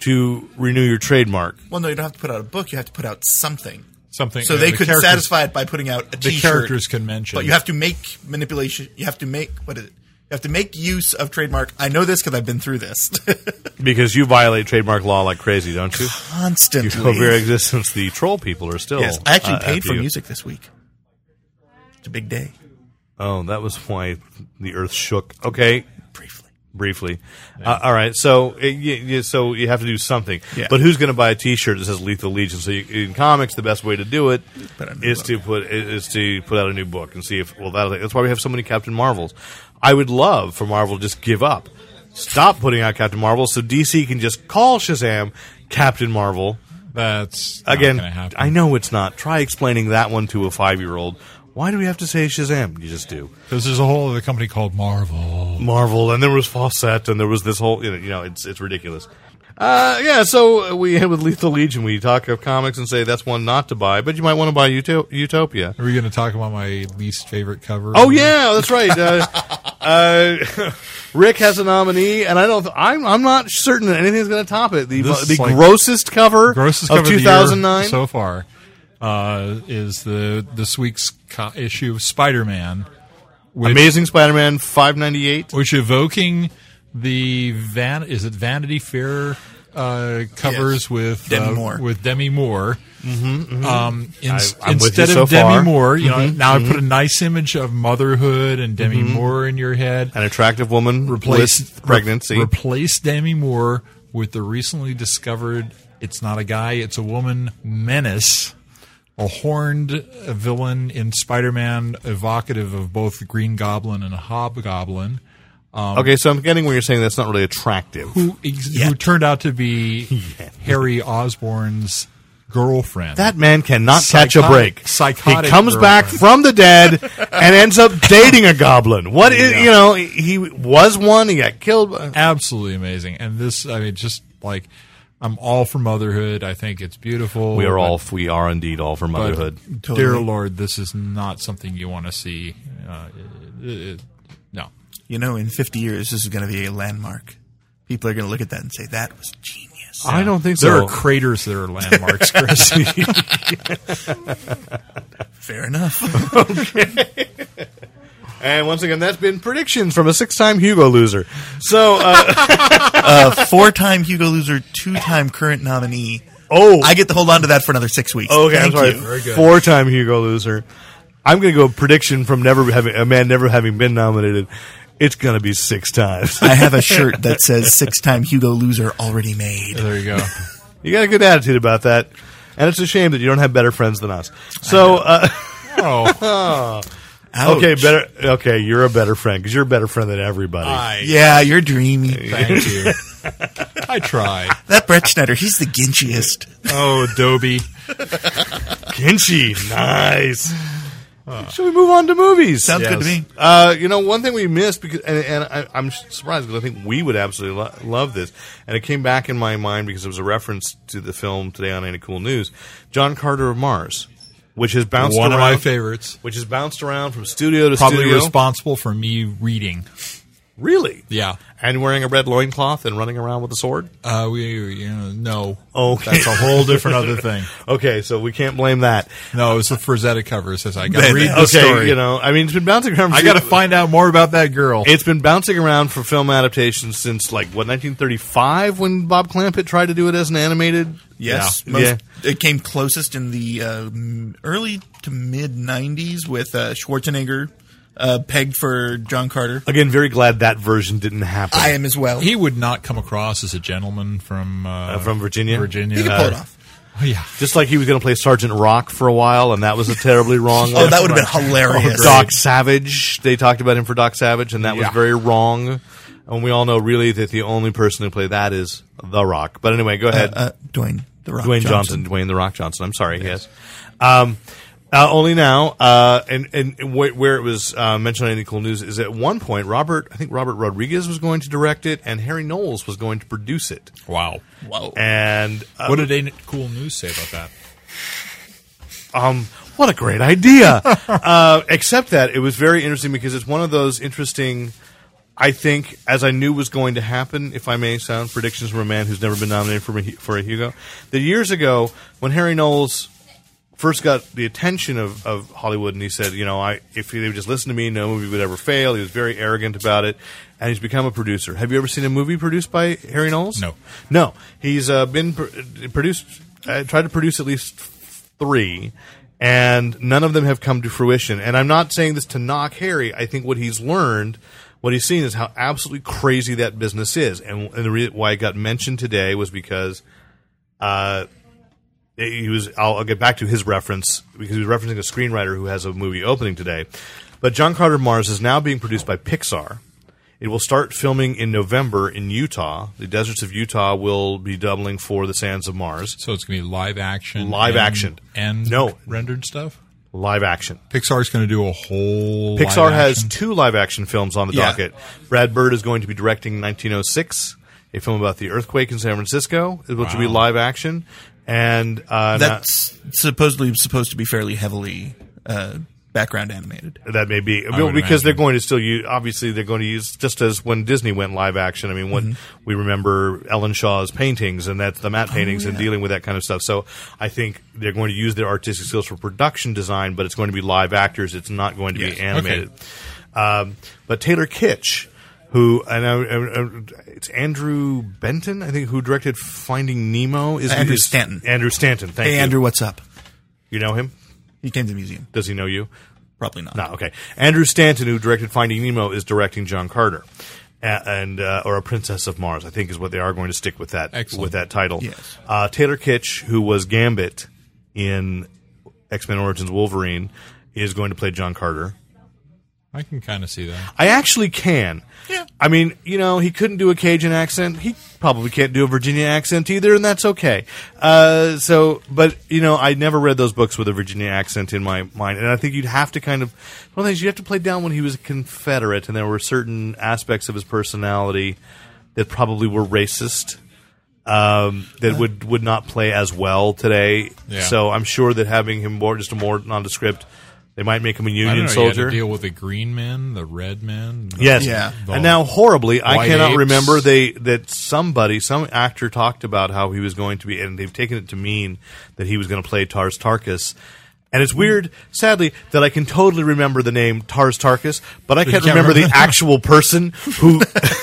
to renew your trademark.
Well, no, you don't have to put out a book. You have to put out something.
Something.
So
uh,
they
the
could
characters-
satisfy it by putting out a
The
T-shirt.
characters can mention.
But you have to make manipulation. You have to make what is it? You have to make use of trademark. I know this because I've been through this
Because you violate trademark law like crazy, don't you?
constantly.
Of your existence, the troll people are still.
yes, I actually
uh,
paid
after
for
you.
music this week. It's a big day.
Oh, that was why the earth shook. Okay. Briefly. Briefly. Uh, all right. So, uh, y y so you have to do something.
Yeah.
But who's going to buy a T-shirt that says Lethal Legion? So you, in comics, the best way to do it
Put out a new
is
book.
to put is to put out a new book and see if well that'll, that's why we have so many Captain Marvels. I would love for Marvel to just give up, stop putting out Captain Marvel, so DC can just call Shazam Captain Marvel
That's not
again.
gonna happen.
I know it's not. Try explaining that one to a five-year-old. Why do we have to say Shazam? You just do.
Because there's a whole other company called Marvel.
Marvel, and there was Fawcett, and there was this whole you know, you know it's it's ridiculous. Uh, yeah, so we with Lethal Legion, we talk of comics and say that's one not to buy, but you might want to buy Uto- Utopia.
Are we going to talk about my least favorite cover?
Oh yeah, that's right. Uh, uh, Rick has a nominee, and I don't. I'm I'm not certain that anything's going to top it. The
This
the
is like
grossest cover
Grossest
of
cover the year
2009.
so far uh, is the this week's co- issue of Spider-Man, which,
Amazing Spider-Man 598.
which evoking the van is it Vanity Fair uh, covers
Yes.
with
Demi
uh,
Moore.
with Demi Moore. Um, in-
Mm-hmm, I- I'm with
instead
you
of
so
Demi
far. Mm-hmm,
Moore, you know, now I put a nice image of motherhood and Demi Moore in your head.
An attractive woman
replace
with pregnancy.
re- replace Demi Moore with the recently discovered it's not a guy, it's a woman menace, a horned uh, villain in Spider-Man, evocative of both Green Goblin and Hobgoblin, um,
okay, so I'm getting where you're saying that's not really attractive.
who ex- who turned out to be Harry Osborn's girlfriend.
That man cannot catch a
Psychotic-
break.
psychotic
he comes back
girlfriend.
from the dead and ends up dating a goblin. What is you know? He was one. He got killed. by-
absolutely amazing, and this I mean just like. I'm all for motherhood. I think it's beautiful.
We are
but-
all. We are indeed all for
But,
motherhood.
Dear Lord, this is not something you want to see. Uh, it- it- no.
You know, in 50 years, this is going to be a landmark. People are going to look at that and say that was genius.
I don't think
There
so.
are craters that are landmarks, Chris.
Fair enough.
and once again, that's been predictions from a six-time Hugo loser. So, uh,
a four-time Hugo loser, two-time current nominee.
oh,
I get to hold on to that for another six weeks.
okay.
Thank
I'm
you.
sorry. Four-time Hugo loser. I'm going to go prediction from never having a man never having been nominated. It's going to be six times.
I have a shirt that says six-time Hugo loser already made.
there you go.
You got a good attitude about that, and it's a shame that you don't have better friends than us. So, uh,
Oh,
Ouch.
okay, better. Okay, you're a better friend because you're a better friend than everybody.
I
Yeah, you're dreamy.
thank you. I try.
That Brett Schneider, he's the ginchiest.
Oh, Adobe.
Kinchy, nice. Should we move on to movies?
Sounds good to
Yes.
me.
Uh, you know, one thing we missed because, and, and I, I'm surprised because I think we would absolutely lo- love this, and it came back in my mind because it was a reference to the film today on Any Cool News, John Carter of Mars, which has bounced
One of
around,
my favorites.
which has bounced around from studio to
Probably
studio.
responsible for me reading.
really,
Yeah.
and wearing a red loincloth and running around with a sword.
Uh, we, you know, no.
Okay.
That's a whole different other thing.
Okay, so we can't blame that.
No, it's the Frazetta cover. It says, I got to
And-
read the
okay,
story.
you know, I mean, it's been bouncing around.
I got to find out more about that girl.
It's been bouncing around for film adaptations since like what 1935 when Bob Clampett tried to do it as an animated.
Yes,
Yeah.
most,
Yeah.
it came closest in the uh, m- early to mid '90s with uh, Schwarzenegger uh, pegged for John Carter.
Again, very glad that version didn't happen.
I am as well.
He would not come across as a gentleman from uh,
Uh, from Virginia?
Virginia,
He could pull it off.
Oh, yeah,
Just like he was going to play Sergeant Rock for a while, and that was a terribly wrong. Oh,
Oh, that would have been hilarious.
Doc Savage. They talked about him for Doc Savage, and that was
Yeah.
very wrong. And we all know really that the only person who played that is The Rock. But anyway, go ahead.
Uh, Dwayne the Rock
Dwayne Johnson. Dwayne the Rock Johnson. I'm sorry, yes. Um, uh, only now, uh, and and wh- where it was uh, mentioned on Any Cool News is at one point Robert, I think Robert Rodriguez was going to direct it, and Harry Knowles was going to produce it.
wow.
Whoa.
And uh,
What did Ain't It Cool News say about that?
um, what a great idea! uh, except that it was very interesting because it's one of those interesting. I think, as I knew was going to happen, if I may sound predictions from a man who's never been nominated for a, Hu- for a Hugo, that years ago when Harry Knowles first got the attention of, of Hollywood, and he said, you know, I if they would just listen to me, no movie would ever fail. He was very arrogant about it, and he's become a producer. Have you ever seen a movie produced by Harry Knowles?
No.
no. He's uh, been pr- produced, uh, tried to produce at least three. And none of them have come to fruition. And I'm not saying this to knock Harry. I think what he's learned, what he's seen, is how absolutely crazy that business is. And, and the reason why it got mentioned today was because uh, he was. I'll, I'll get back to his reference because he was referencing a screenwriter who has a movie opening today. But John Carter of Mars is now being produced by Pixar. It will start filming in November in Utah. The deserts of Utah will be doubling for the sands of Mars.
So it's going to be live action,
Live
and-
action.
and
No.
rendered stuff.
Live action.
Pixar's going to do a whole. live
Pixar has
action.
two live action films on the
Yeah.
docket. Brad Bird is going to be directing 1906, a film about the earthquake in San Francisco, which will be
Wow.
live action. And uh,
That's supposedly supposed to be fairly heavily uh, background animated.
that may be
would
because they're
imagine.
going to still use. Obviously, they're going to use just as when Disney went live action. I mean, when we remember Ellen Shaw's paintings and that's the matte paintings and dealing with that kind of stuff. So I think they're going to use their artistic skills for production design, but it's going to be live actors. It's not going to
Yes.
be
Okay.
animated. Um, but Taylor Kitsch, who and I, I, I- it's Andrew Benton, I think, who directed Finding Nemo. Is
Andrew
is-
Stanton.
Andrew Stanton. Thank
Hey,
you.
Andrew, what's up?
You know him?
He came to the museum.
Does he know you?
Probably not.
No, okay. Andrew Stanton, who directed Finding Nemo, is directing John Carter, A- and uh, or a Princess of Mars. I think is what they are going to stick with that
Excellent.
with that title.
Yes.
Uh, Taylor Kitsch, who was Gambit in X Men Origins Wolverine, is going to play John Carter.
I can kind of see that.
I actually can.
Yeah.
I mean, you know, he couldn't do a Cajun accent. He probably can't do a Virginia accent either, and that's okay. Uh, so, but you know, I never read those books with a Virginia accent in my mind, and I think you'd have to kind of one of the things you have to play down when he was a Confederate, and there were certain aspects of his personality that probably were racist. Um, that would would not play as well today.
Yeah.
So I'm sure that having him more just a more nondescript, they might make him a
I don't
Union
know. You
soldier.
had to deal with the green men, the red men. the-
Yes.
Yeah.
And now horribly, I
White
cannot
apes.
remember they that somebody, some actor talked about how he was going to be, and they've taken it to mean that he was going to play Tars Tarkas. And it's weird, sadly, that I can totally remember the name Tars Tarkas, but I can't,
can't
remember, the
remember-
actual person who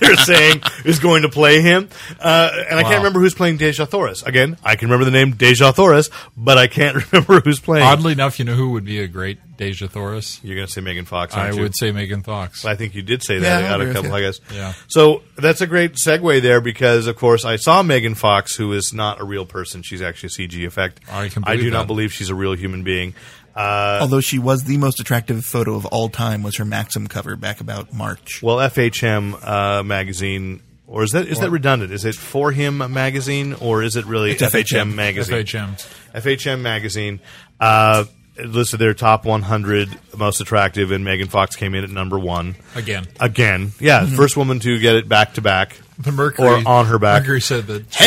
they're saying is going to play him. Uh, and I can't
Wow.
remember who's playing Deja Thoris. Again, I can remember the name Deja Thoris, but I can't remember who's playing.
Oddly enough, you know who would be a great Deja Thoris?
You're going to say Megan Fox.
I
aren't you?
would say Megan Fox.
I think you did say
Yeah,
that
I
out a
agree with
couple,
you.
I guess.
Yeah.
So that's a great segue there because, of course, I saw Megan Fox, who is not a real person. She's actually a CG effect.
I can
do
believe
not
that.
believe she's a real human being. Uh,
Although she was the most attractive photo of all time was her Maxim cover back about March.
well, FHM uh, magazine, or is that is that redundant? Is it For Him magazine, or is it really
It's FHM.
magazine?
FHM.
FHM magazine uh, listed their top 100 most attractive, and Megan Fox came in at number one.
Again.
Again, yeah,
Mm-hmm.
first woman to get it back to back.
The Mercury
Or on her back.
Mercury said that.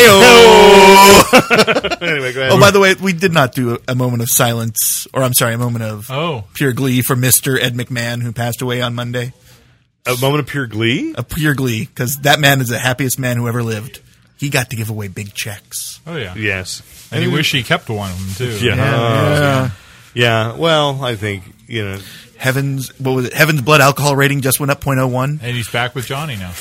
anyway, go ahead.
Oh, by the way, we did not do a, a moment of silence, or I'm sorry, a moment of
Oh.
pure glee for Mr. Ed McMahon, who passed away on Monday.
a moment of pure glee.
A pure glee, because that man is the happiest man who ever lived. He got to give away big checks.
Oh yeah.
Yes.
And you wish he kept one of them too.
Yeah. Yeah. Yeah, Well, I think you know.
Heaven's, what was it? Heaven's blood alcohol rating just went up 0.01.
And he's back with Johnny now.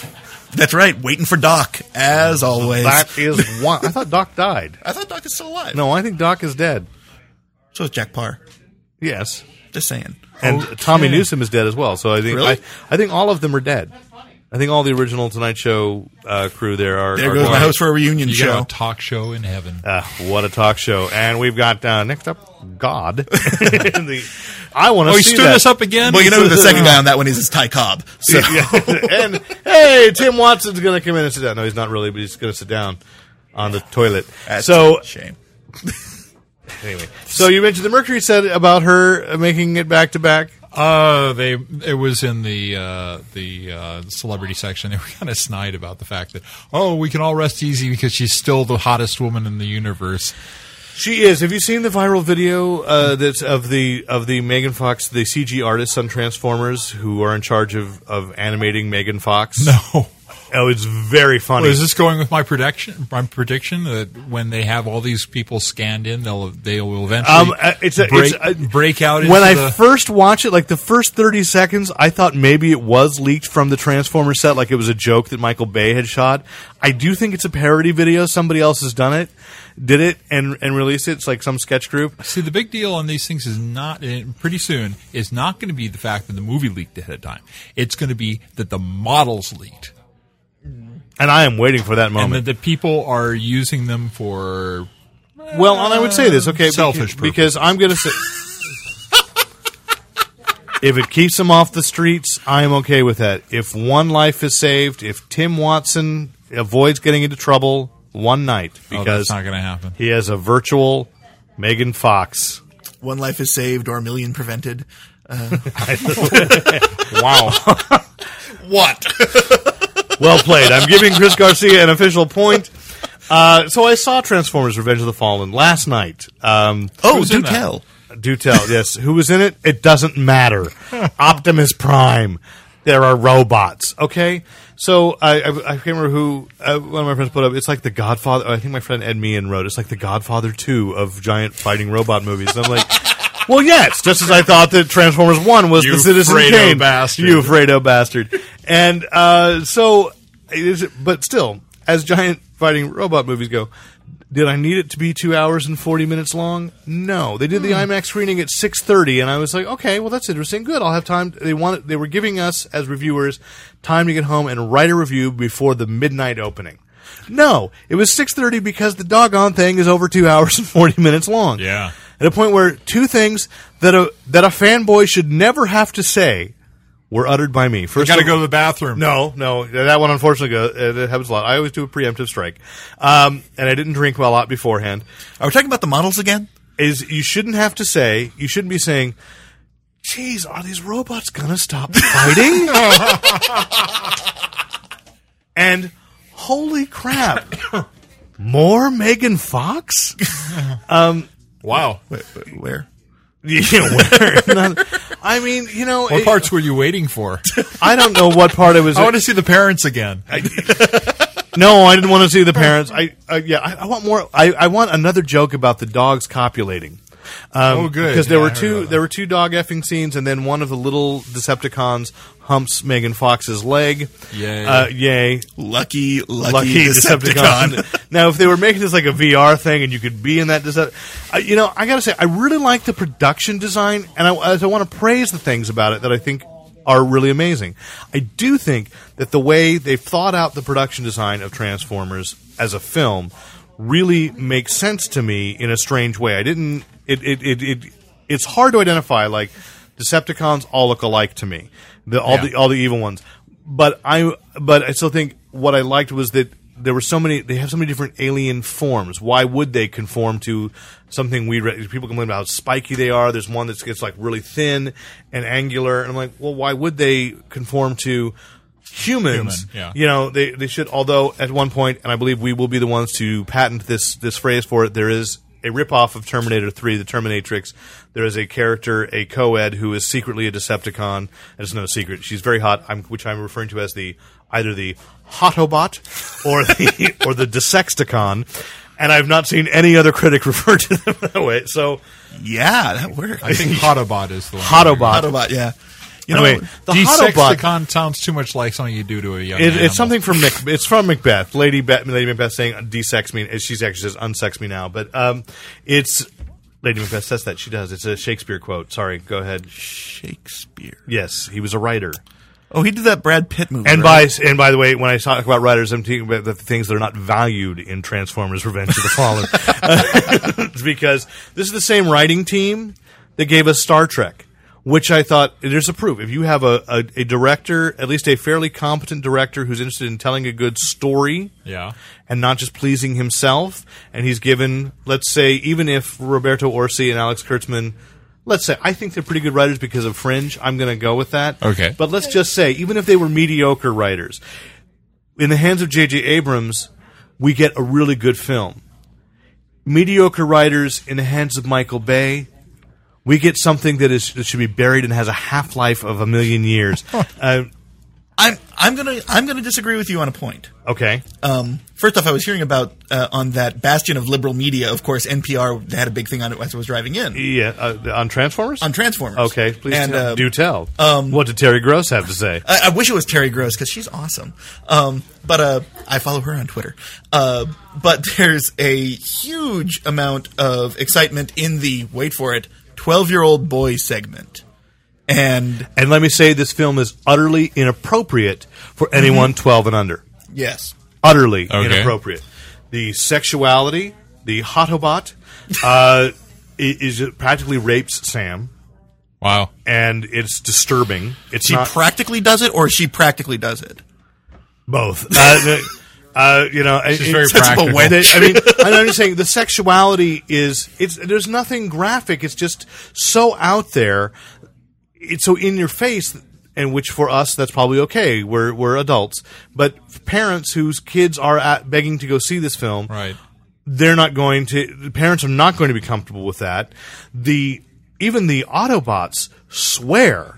That's right, waiting for Doc, as always.
That is one. I thought Doc died.
I thought Doc is still alive.
No, I think Doc is dead.
So is Jack Parr.
Yes.
Just saying.
and Tommy Newsom is dead as well. So I think
Really?
I, I think all of them are dead. I think all the original Tonight Show uh, crew there are.
There
are
goes
gone.
my host for a reunion
You
show.
got a talk show in heaven.
Uh, what a talk show! And we've got uh, next up God. The- I want to.
oh, he
see
stood
that.
us up again.
well, you know who the second guy on that one is is Ty Cobb. So
and hey, Tim Watson's going to come in and sit down. No, he's not really, but he's going to sit down on the toilet.
That's
so
a shame.
anyway, so you mentioned the Mercury said about her uh, making it back to back.
Uh, they it was in the uh, the uh, celebrity section. They were kind of snide about the fact that oh, we can all rest easy because she's still the hottest woman in the universe.
She is. Have you seen the viral video uh, that's of the of the Megan Fox, the CG artists on Transformers who are in charge of, of animating Megan Fox?
No,
Oh, it's very funny.
is this going with my prediction? My prediction that when they have all these people scanned in, they'll they will eventually
Um, uh, it's a,
break,
it's a-
break out.
When
into
I
the-
first watched it, like the first thirty seconds, I thought maybe it was leaked from the Transformer set, like it was a joke that Michael Bay had shot. I do think it's a parody video. Somebody else has done it, did it, and and released it. It's like some sketch group.
See, the big deal on these things is not and pretty soon is not going to be the fact that the movie leaked ahead of time. It's going to be that the models leaked
And I am waiting for that
and that
moment.
the people are using them for oh,
well, and I would say this, okay,
Selfish
beca- because, I'm going to say. If it keeps them off the streets, I am okay with that. If one life is saved, if Tim Watson avoids getting into trouble one night
oh,
because
that's not going to happen.
He has a virtual Megan Fox.
One life is saved or a million prevented.
Wow.
What?
well played. I'm giving Chris Garcia an official point. Uh, so I saw Transformers Revenge of the Fallen last night. Um,
oh,
Who's
do
in that?
tell.
do tell, yes. Who was in it? It doesn't matter. Optimus Prime. There are robots. Okay. So I, I, I can't remember who uh, one of my friends put up. It's like the Godfather. I think my friend Ed Meehan wrote. It's like the Godfather Two of giant fighting robot movies. And I'm like, well, yes. Just as I thought that Transformers One was
You
the Citizen
Fredo
Kane.
bastard.
You Fredo bastard. And uh, so, it is, but still, as giant fighting robot movies go, did I need it to be two hours and forty minutes long? No, they did the IMAX screening at six thirty, and I was like, okay, well that's interesting. Good, I'll have time. They wanted they were giving us as reviewers time to get home and write a review before the midnight opening. No, it was six thirty because the doggone thing is over two hours and forty minutes long
Yeah.
at a point where two things that a that a fanboy should never have to say were uttered by me. First,
Got to
of-
go to the bathroom.
No, no, that one unfortunately goes. uh, That happens a lot. I always do a preemptive strike, um, and I didn't drink a lot beforehand.
Are we talking about the models again?
Is you shouldn't have to say. You shouldn't be saying. Geez, are these robots gonna stop fighting? and holy crap, more Megan Fox.
Wow.
Wait, wait, where?
Yeah, where? None- I mean, you know,
What
it-
parts were you waiting for?
I don't know what part I was.
I want to see the parents again.
no, I didn't want to see the parents. I, I yeah, I, I want more. I, I want another joke about the dogs copulating. Um,
Oh, good.
Because there
Yeah, I
were
heard
two
about
there were two dog effing scenes, and then one of the little Decepticons humps Megan Fox's leg.
Yay.
Uh, yay!
Lucky, lucky,
lucky
Decepticon.
Decepticon. now, if they were making this like a VR thing and you could be in that Decepticon, uh, you know, I gotta say, I really like the production design, and I, as I want to praise the things about it that I think are really amazing. I do think that the way they've thought out the production design of Transformers as a film really makes sense to me in a strange way. I didn't. It it it, it it's hard to identify like. Decepticons all look alike to me. The, all
Yeah.
the all the evil ones. But I but I still think what I liked was that there were so many. They have so many different alien forms. Why would they conform to something we read? People complain about how spiky they are. There's one that gets like really thin and angular, and I'm like, well, why would they conform to? Humans,
Human, yeah.
you know, they they should. Although at one point, and I believe we will be the ones to patent this this phrase for it. There is a ripoff of Terminator Three, the Terminatrix. There is a character, a co-ed, who is secretly a Decepticon. It's no secret. She's very hot, I'm, which I'm referring to as the either the Hotobot or the or the Desexticon. And I've not seen any other critic refer to them that way. So
Yeah, that worked.
I think Hotobot is the one.
Hotobot.
Autobot, yeah. You know,
Anyway, the Hotobot
Desexticon sounds too much like something you do to a young
It,
animal.
it's something from Mac, it's from Macbeth. Lady Be- Lady Macbeth saying "desex me." She actually says "unsex me now," but um, it's Lady Macbeth says that she does. It's a Shakespeare quote. Sorry, go ahead.
Shakespeare.
Yes, he was a writer.
Oh, he did that Brad Pitt movie.
And
right?
by and by the way, when I talk about writers, I'm thinking about the things that are not valued in Transformers: Revenge of the Fallen, It's because this is the same writing team that gave us Star Trek, which I thought there's a proof. If you have a, a, a director, at least a fairly competent director who's interested in telling a good story,
Yeah.
and not just pleasing himself. And he's given, let's say, even if Roberto Orsi and Alex Kurtzman, let's say, I think they're pretty good writers because of Fringe. I'm going to go with that.
Okay.
But let's just say, even if they were mediocre writers, in the hands of J.J. Abrams, we get a really good film. Mediocre writers in the hands of Michael Bay, we get something that is that should be buried and has a half life of a million years. uh,
I'm I'm gonna I'm gonna disagree with you on a point.
okay,
Um, first off, I was hearing about uh, on that bastion of liberal media. Of course, NPR had a big thing on it as I was driving in
yeah, uh, on Transformers.
on Transformers.
Okay, please
and,
tell,
uh,
do tell.
um,
what did Terry Gross have to say?
I, I wish it was Terry Gross because she's awesome. Um, but uh, I follow her on Twitter. Uh, but there's a huge amount of excitement in the wait for it 12 year old boy segment, and
and let me say, this film is utterly inappropriate for anyone
Mm-hmm.
12 and under.
yes,
Utterly
Okay.
inappropriate. The sexuality, the hotobot, uh, i- is it practically rapes Sam,
Wow.
and it's disturbing. It's
she
not
practically does it, or she practically does it.
both. Uh, uh, you know,
She's
it-
very
it's-
practical.
Well, they- I mean, I'm just saying the sexuality is it's there's nothing graphic. It's just so out there. It's so in your face, and which for us that's probably okay. We're we're adults, but parents whose kids are at, begging to go see this film,
Right.
they're not going to. The parents are not going to be comfortable with that. The even the Autobots swear.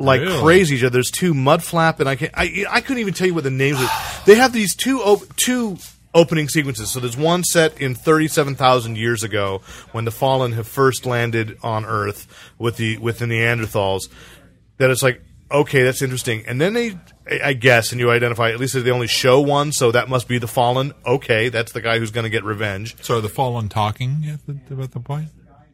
Like
Really?
crazy, each other. There's two Mudflap, and I can't. I, I couldn't even tell you what the names. Are. They have these two op- two opening sequences. So there's one set in 37,000 years ago when the Fallen have first landed on Earth with the with the Neanderthals. That it's like okay, that's interesting. And then they, I- I guess, and you identify at least they only show one, so that must be the Fallen. Okay, that's the guy who's going to get revenge.
So are the fallen talking at the, at the point?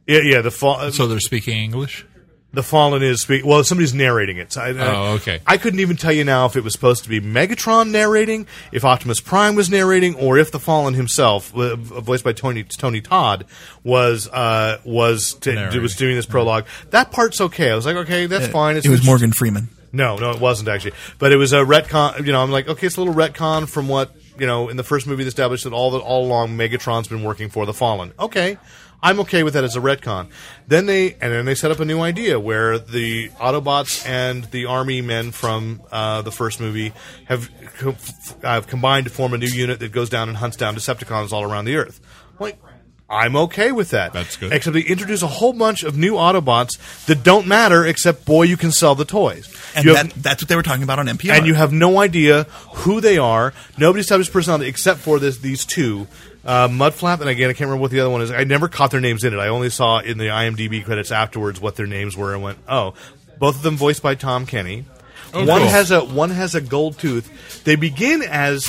Yeah, yeah. The fall.
So they're speaking English?
The Fallen is speak- well, somebody's narrating it. So I, I-
Oh, okay.
I couldn't even tell you now if it was supposed to be Megatron narrating, if Optimus Prime was narrating, or if the Fallen himself, uh, voiced by Tony Tony Todd, was uh, was t-
Narrating.
was doing this prologue. That part's okay. I was like, okay, that's fine. It's
it was Morgan Freeman.
No, no, it wasn't actually. But it was a retcon. You know, I'm like, okay, it's a little retcon from what you know in the first movie. They established that all the, all along Megatron's been working for the Fallen. Okay, I'm okay with that as a retcon. Then they and then they set up a new idea where the Autobots and the army men from uh, the first movie have co- f- have combined to form a new unit that goes down and hunts down Decepticons all around the Earth. I'm like. I'm okay with that.
That's good.
Except they introduce a whole bunch of new Autobots that don't matter, except boy, you can sell the toys.
And
You have-
that, that's what they were talking about on NPR.
and you have no idea who they are. Nobody established personality except for this these two, uh, Mudflap, and again I can't remember what the other one is. I never caught their names in it. I only saw in the IMDb credits afterwards what their names were, and went, oh, both of them voiced by Tom Kenny. One
cool.
has a one has a gold tooth. They begin as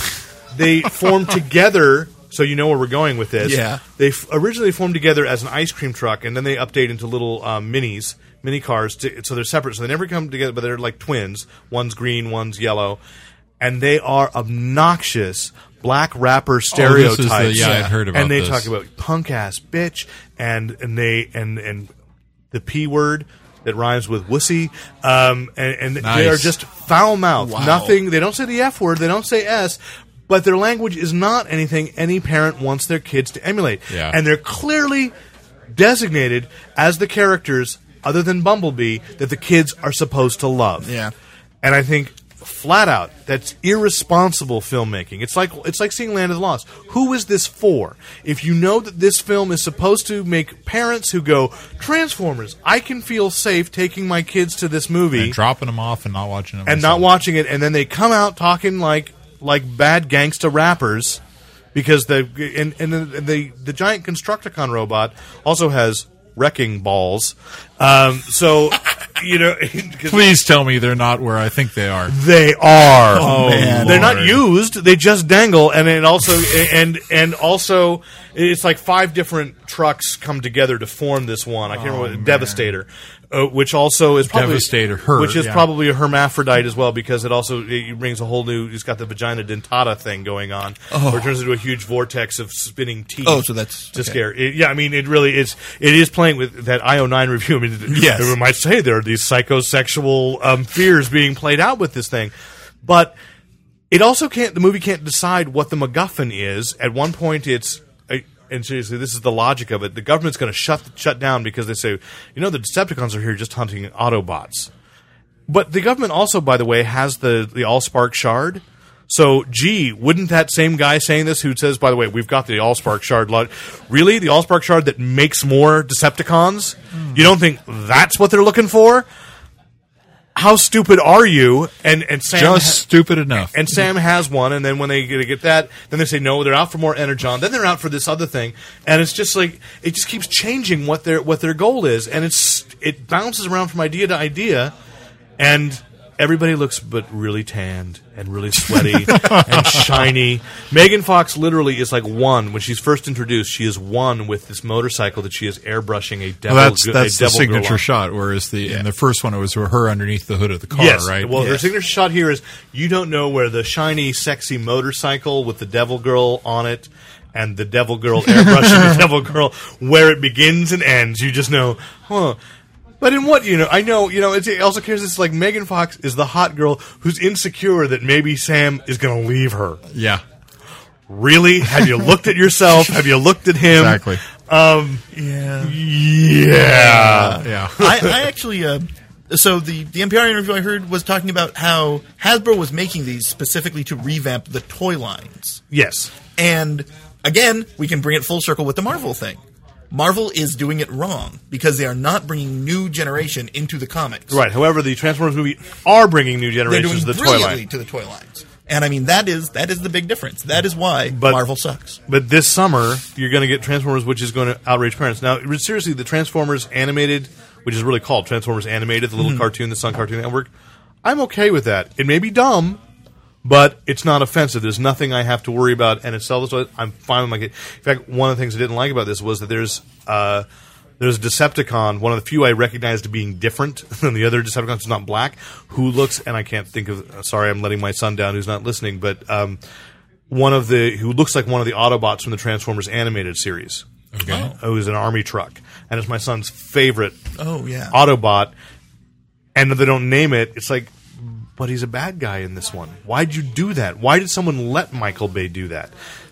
they form together. So you know where we're going with this.
Yeah.
They f- originally formed together as an ice cream truck, and then they update into little um, minis, mini cars. To, so they're separate. So they never come together, but they're like twins. One's green, one's yellow, and they are obnoxious black rapper
Oh, this
stereotypes.
is the- yeah, I've heard about
And they
this.
talk about punk ass bitch, and and they and and the p word. That rhymes with wussy, um, and, and they are
Nice.
just foul mouthed.
Wow.
Nothing. They don't say the F word. They don't say S. But their language is not anything any parent wants their kids to emulate.
Yeah.
And they're clearly designated as the characters, other than Bumblebee, that the kids are supposed to love.
Yeah.
And I think flat out that's irresponsible filmmaking. It's like it's like seeing Land of the Lost. Who is this for? If you know that this film is supposed to make parents who go Transformers, I can feel safe taking my kids to this movie
And dropping them off and not watching them.
and not watching it, and then they come out talking like like bad gangsta rappers because the and and the the, the giant Constructicon robot also has wrecking balls. Um, so, you know, 'cause
Please tell me they're not where I think they are.
they are.
man.
Oh, They're not
Lord.
used. They just dangle, and it also and and also it's like five different trucks come together to form this one. I can't remember what Devastator, uh, which also is probably
Devastator, her,
which is
yeah.
probably a hermaphrodite as well because it also it brings a whole new. It's got the vagina dentata thing going on, where it turns into a huge vortex of spinning teeth.
Oh, so that's-
to
okay.
scare. It, yeah, I mean, it really is. It is playing with that IO9 review. I mean,
Yes.
it might say there are these psychosexual um, fears being played out with this thing, but it also can't. The movie can't decide what the MacGuffin is. At one point, it's I- and seriously, this is the logic of it. The government's going to shut shut down because they say, you know, the Decepticons are here just hunting Autobots. But the government also, by the way, has the the Allspark shard. So, gee, wouldn't that same guy saying this, who says, by the way, we've got the Allspark shard, lo- really the Allspark shard that makes more Decepticons? You don't think that's what they're looking for? How stupid are you? And and Sam
Just
ha-
stupid enough.
and Sam has one, and then when they get, get that, then they say no, they're out for more energon. Then they're out for this other thing, and it's just like it just keeps changing what their what their goal is, and it's it bounces around from idea to idea, and everybody looks but really tanned and really sweaty and shiny. Megan Fox literally is like one when she's first introduced. She is one with this motorcycle that she is airbrushing a devil.
Well, that's
gu-
that's
a
the
devil girl
signature
on.
shot. Whereas the in the first one, it was her underneath the hood of the car,
yes.
right?
Well, their
Yeah.
signature shot here is you don't know where the shiny, sexy motorcycle with the devil girl on it and the devil girl airbrushing the devil girl where it begins and ends. You just know, huh. But in what you know, I know you know. It's, it also cares. It's like Megan Fox is the hot girl who's insecure that maybe Sam is going to leave her.
yeah.
Um, Really? Have you looked at yourself? Have you looked at him?
Exactly.
Um,
Yeah.
yeah.
Yeah.
I, I actually, uh, so the, the NPR interview I heard was talking about how Hasbro was making these specifically to revamp the toy lines.
Yes.
And again, we can bring it full circle with the Marvel thing. Marvel is doing it wrong because they are not bringing new generation into the comics.
Right. However, the Transformers movie are bringing new
They're doing
generations to the toy
brilliantly
line.
to the toy lines. And I mean that is that is the big difference. That is why
But-
Marvel sucks.
But this summer, you're going to get Transformers, which is going to outrage parents. Now, seriously, the Transformers animated, which is really called Transformers Animated, the little cartoon that's on Cartoon Network, I'm okay with that. It may be dumb, but it's not offensive. There's nothing I have to worry about, and it's self I'm fine with my kid. In fact, one of the things I didn't like about this was that there's uh, there's a Decepticon, one of the few I recognized being different than the other Decepticons, who's not black, who looks, and I can't think of. uh, Sorry, I'm letting my son down, who's not listening, but. Um, one of the who looks like one of the Autobots from the Transformers animated series.
Okay.
It was an army truck, and it's my son's favorite
Oh yeah.
Autobot. And if they don't name it, it's like, but he's a bad guy in this one. Why'd you do that? Why did someone let Michael Bay do that?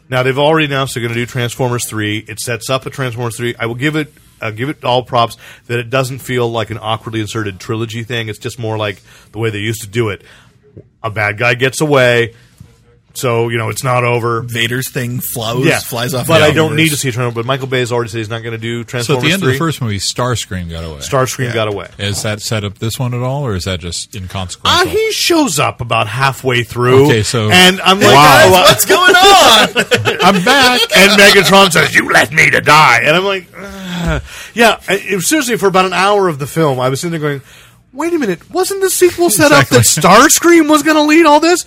Now they've already announced they're going to do Transformers three. It sets up a Transformers three. I will give it. Uh, give it all props that it doesn't feel like an awkwardly inserted trilogy thing. It's just more like the way they used to do it. A bad guy gets away, so you know it's not over.
Vader's thing flows flies off.
But
into
I
the
don't need
universe.
to see Transformers. But Michael Bay has already said he's not going to do
So at
Transformers
the end
three.
of the first movie, Starscream got away.
Starscream got away.
is that set up this one at all, or is that just
Uh,
inconsequential?
he shows up about halfway through.
Okay, so-
and I'm like,
Wow.
oh, uh,
What's going on?
I'm back.
and Megatron says, "You left me to die," and I'm like, Ugh. "Yeah." I- It, seriously, for about an hour of the film, I was sitting there going, "Wait a minute, wasn't the sequel set up that Starscream was going to lead all this?"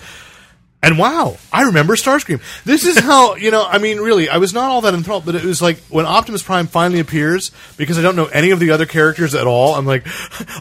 And wow, I remember Starscream. This is how you know. I mean, really, I was not all that enthralled, but it was like when Optimus Prime finally appears because I don't know any of the other characters at all. I'm like,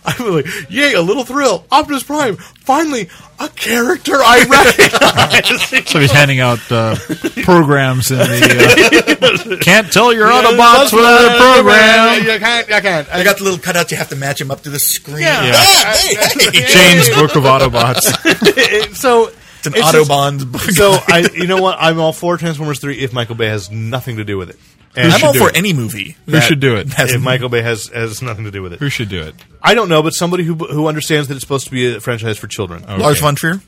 I'm like, yay, a little thrill. Optimus Prime, finally, a character I recognize.
so he's handing out uh, programs in the. Uh, can't tell your
Yeah,
Autobots
that's what
without
I-
a program.
You can't. You can't.
I got the little cutouts. You have to match him up to the screen.
Yeah.
Yeah.
Ah, hey, hey.
James Book of Autobots.
so
It's an
it's just-
Autobahn book.
so I, you know what? I'm all for Transformers Three if Michael Bay has nothing to do with it. And
I'm all
do
for
it.
any movie.
Who should do it?
if Michael Bay has has nothing to do with
Who
it.
should do it?
I don't know, but somebody who who understands that it's supposed to be a franchise for children.
Lars von Trier.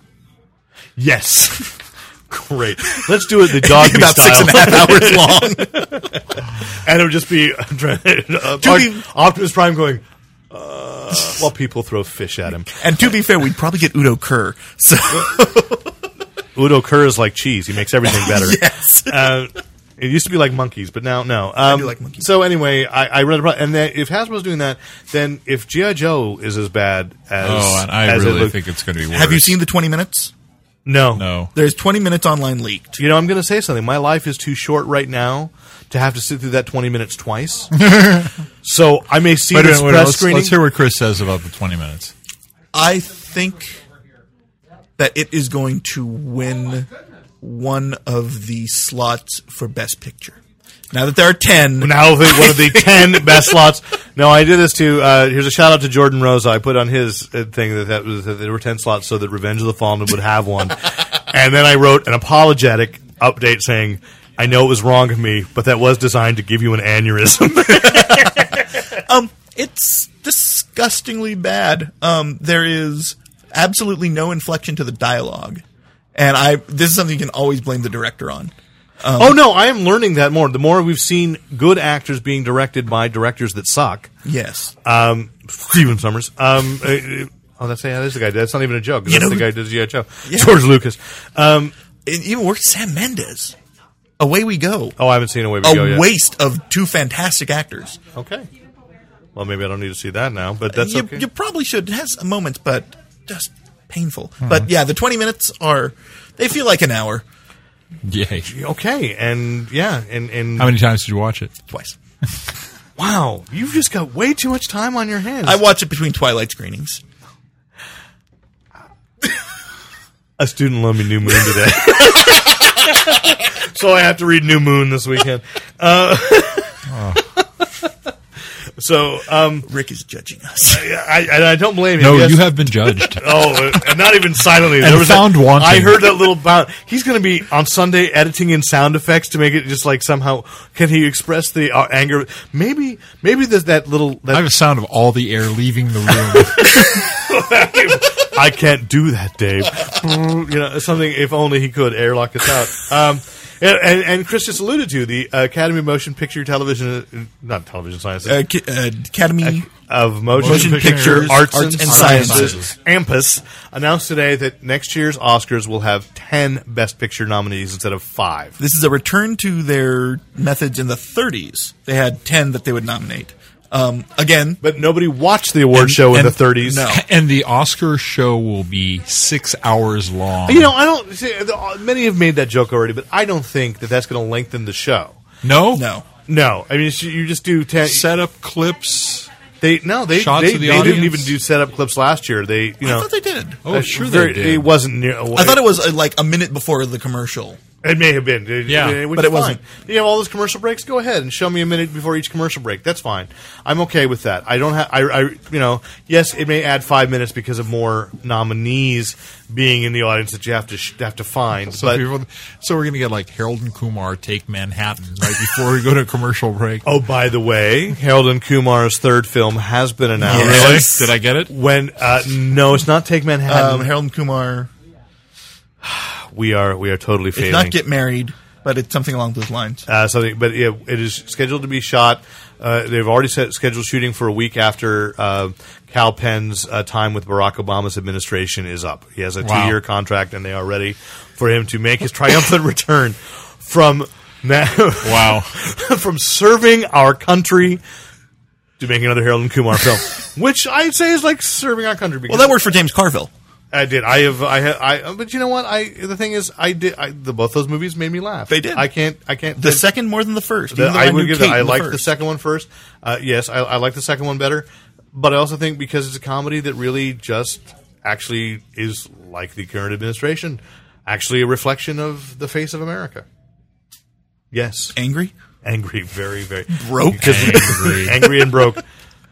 Yes. Great. Let's do it the dog
About
style,
six and a half hours long.
and it'll just be uh,
be-
Optimus Prime going. Uh, while people throw fish at him,
And to be fair, we'd probably get Udo Kerr. So
Udo Kerr is like cheese. He makes everything better.
yes.
Uh, It used to be like monkeys, but now no. Um, I
do like monkeys.
So anyway, I, I read about, and then if Hasbro's doing that, then if GI Joe is as bad as
Oh, and I
as it
really
looked-
think it's going to be worse.
Have you seen the 20 minutes?
no,
No.
There's 20 minutes online leaked.
You know, I'm going to say something. My life is too short right now to have to sit through that 20 minutes twice. so I may see
Wait a
this
minute, wait a minute.
press
Let's,
screening.
let's hear what Chris says about the 20 minutes.
I think that it is going to win one of the slots for Best Picture. Now that there are 10,
now they one of the 10 best slots. No, I did this to, uh, here's a shout out to Jordan Rosa. I put on his uh, thing that, that, was, that there were 10 slots so that Revenge of the Fallen would have one. and then I wrote an apologetic update saying, I know it was wrong of me, but that was designed to give you an aneurysm.
um, it's disgustingly bad. Um, there is absolutely no inflection to the dialogue. And I, this is something you can always blame the director on.
oh no, I am learning that more. The more we've seen good actors being directed by directors that suck.
Yes.
Um, Stephen Summers. Um, uh, uh, oh, that's yeah, that's the guy. That's not even a joke. 'cause
You
That's
know
the
who-
guy who does GI Joe. George Lucas. Um,
it even worked Sam Mendes. Away we go.
oh, I haven't seen Away We
a
Go yet.
waste of two fantastic actors.
Okay. Well, maybe I don't need to see that now, but that's
you,
okay.
you probably should. It has moments, but just painful. But yeah, the 20 minutes are, they feel like an hour.
Yay.
okay, and yeah, and and
How many times did you watch it?
Twice.
wow, you've just got way too much time on your hands.
I watch it between Twilight screenings.
a student loaned me New Moon today. so I have to read New Moon this weekend. Uh, so um,
Rick is judging us.
I, I, I don't blame him.
No,
Yes.
you have been judged.
Oh, and not even silently.
And
there was
found
that,
wanting.
I heard that little bound. He's going to be on Sunday editing in sound effects to make it just like somehow. Can he express the uh, anger? Maybe, maybe there's that little.
I
That,
have a sound of all the air leaving the room.
I can't do that, Dave. you know, something. If only he could airlock us out. Um, and, and, and Chris just alluded to the uh, Academy of Motion Picture Television, uh, not television science,
Uh, Ki- uh, Academy.
of Motion,
Motion
Picture
Pictures,
Arts,
Arts
and,
and
Sciences,
Sciences.
AMPUS, announced today that next year's Oscars will have 10 Best Picture nominees instead of five.
This is a return to their methods in the 30s. They had 10 that they would nominate. Um, again,
But nobody watched the award show in
and-
the 30s.
no.
and the Oscar show will be six hours long.
You know, I don't. See, the- many have made that joke already, but I don't think that that's going to lengthen the show.
no?
no.
No, I mean it's- you just do ten.
Set up clips.
they no, they
shots
they,
of the
they didn't
audience?
even do setup clips last year. They you
I
know uh,
thought they did.
Oh, sure
very-
they did.
It wasn't near.
I thought it was uh, like a minute before the commercial.
It may have been. It,
Yeah,
which
but
is
it wasn't.
fine. You have all those commercial breaks. Go ahead and show me a minute before each commercial break. That's fine. I'm okay with that. I don't have. I, I. You know. Yes, it may add five minutes because of more nominees being in the audience that you have to sh- have to find.
So,
but
people- so we're going to get like Harold and Kumar take Manhattan right before we go to commercial break.
oh, by the way, Harold and Kumar's third film has been announced.
Really?
Did I get it?
When uh, no, it's not Take Manhattan.
Um, Harold and Kumar.
we are we are totally
It's
failing.
not get married, but it's something along those lines.
uh, something, but yeah, it is scheduled to be shot. Uh, they've already set, scheduled shooting for a week after uh, Cal Penn's uh, time with Barack Obama's administration is up. He has a
Wow.
two-year contract, and they are ready for him to make his triumphant return from na-
Wow.
from serving our country to make another Harold and Kumar film, which I'd say is like serving our country.
Well,
because-
that worked for James Carville.
I did. I have. I have. I. But you know what? I. The thing is, I did. I, the both those movies made me laugh.
They did.
I can't. I can't.
The second more than the first.
The-
even though
I
knew
would give.
Kate
The, I
in
liked the,
first.
second one first. Uh, yes, I, I like the second one better. But I also think because it's a comedy that really just actually is like the current administration, actually a reflection of the face of America. Yes,
Angry?
angry, very, very
Broke?
angry, angry and broke.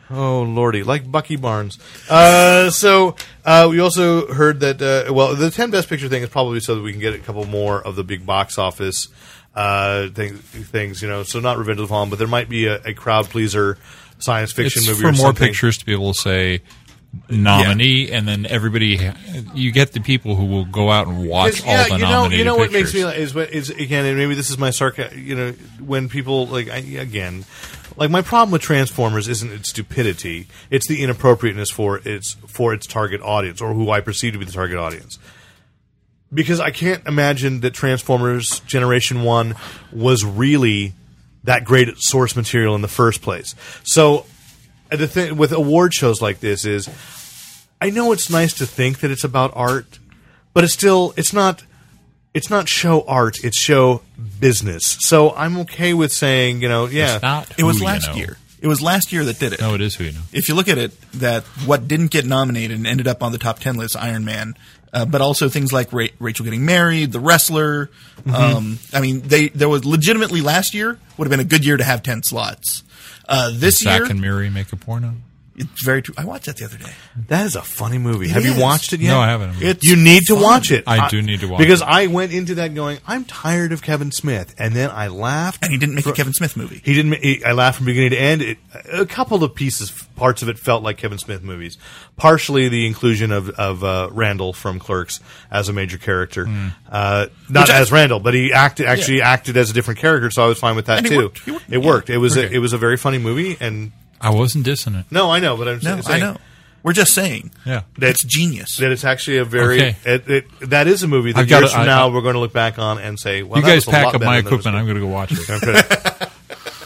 Oh lordy, like Bucky Barnes. Uh, so uh, we also heard that. Uh, well, the ten best picture thing is probably so that we can get a couple more of the big box office uh, thing, things. You know, so not Revenge of the Fallen, but there might be a, a crowd pleaser science fiction
It's
movie
for
or
more
something.
pictures to be able to say nominee, and then everybody, you get the people who will go out and watch
'Cause,
all the
you know,
nominated
you know what
pictures.
makes me like, is what is again, and maybe this is my sarcasm. You know, when people like I, again, like my problem with Transformers isn't its stupidity; it's the inappropriateness for its for its target audience or who I perceive to be the target audience. because I can't imagine that Transformers Generation 1 was really that great at source material in the first place. So uh, the thing with award shows like this is I know it's nice to think that it's about art, but it's still it's not it's not show art, it's show business. So I'm okay with saying, you know, yeah.
It's not
It was
who you
last
know.
year. It was last year that did it.
No, it is who you know.
if you look at it, that what didn't get nominated and ended up on the top ten list, Iron Man, uh, but also things like Ra- Rachel getting married, The Wrestler.
Mm-hmm.
Um, I mean, they there was legitimately last year would have been a good year to have ten slots. Uh, this year,
Zach and Mary make a porno.
it's very true. I watched that the other day.
That is a funny movie. Have
is.
you watched it yet?
No, I haven't.
It's you need to watch it.
I do need to watch
because
it.
I went into that going, I'm tired of Kevin Smith, and then I laughed.
And he didn't make
for-
a Kevin Smith movie.
He didn't. ma- He, I laughed from beginning to end. It, a couple of pieces, parts of it felt like Kevin Smith movies. Partially the inclusion of of uh, Randall from Clerks as a major character,
Hmm.
uh, not
Which I-
as Randall, but he acted actually acted as a different character. So I was fine with that
And it
too.
worked. It worked.
It worked. It was a,
Okay.
it was a very funny movie. And
I wasn't dissing it.
no, I know, but I'm
No,
saying
I know. We're just saying
Yeah.
that's genius.
that it's actually a very
Okay.
it, it, that is a movie that
I've got it.
years from
I-
now
I-
we're going to look back on and say, "Well,
you
that
guys
was a lot
pack up
better
my
than it was
equipment. I'm going to go watch it.
before." Okay.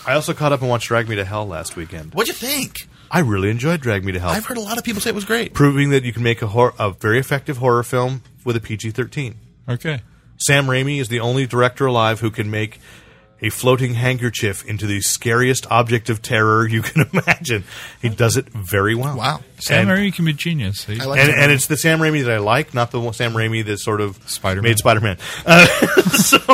I also caught up and watched Drag Me to Hell last weekend.
What'd you think?
I really enjoyed Drag Me to Hell,
I've heard a lot of people say it was great.
proving that you can make a, hor- a very effective horror film with a PG-13.
Okay.
Sam Raimi is the only director alive who can make a floating handkerchief into the scariest object of terror you can imagine. He does it very well.
Wow.
Sam
And-
Raimi can be genius. He-
I like
and,
Sam
and
Raimi.
it's the Sam Raimi that I like, not the one- Sam Raimi that sort of
Spider-Man.
made Spider-Man. Uh,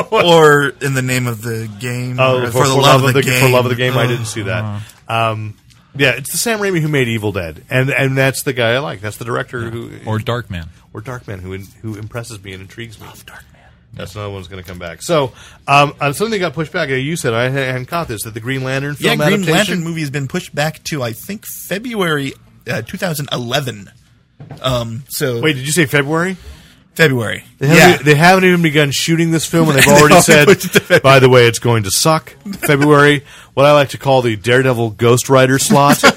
Or in the name of the game,
Oh,
or for, the love, of the, game. Uh-huh.
For love of the game, I didn't see that. Um, yeah, it's the Sam Raimi who made Evil Dead, and and that's the guy I like. That's the director who
or Darkman.
or Darkman who who impresses me and intrigues me. Darkman. That's another one that's going to come back. So um, uh, something that got pushed back. uh, You said I hadn't caught this that the Green Lantern
Yeah,
film
Green
adaptation.
Lantern movie has been pushed back to I think February uh, 2011. Um, so
Wait, did you say February?
February.
They haven't,
yeah,
they haven't even begun shooting this film, and they've
They
already
already
said,
pushed it to February.
by the way, it's going to suck. February, what I like to call the Daredevil Ghost Rider slot. the,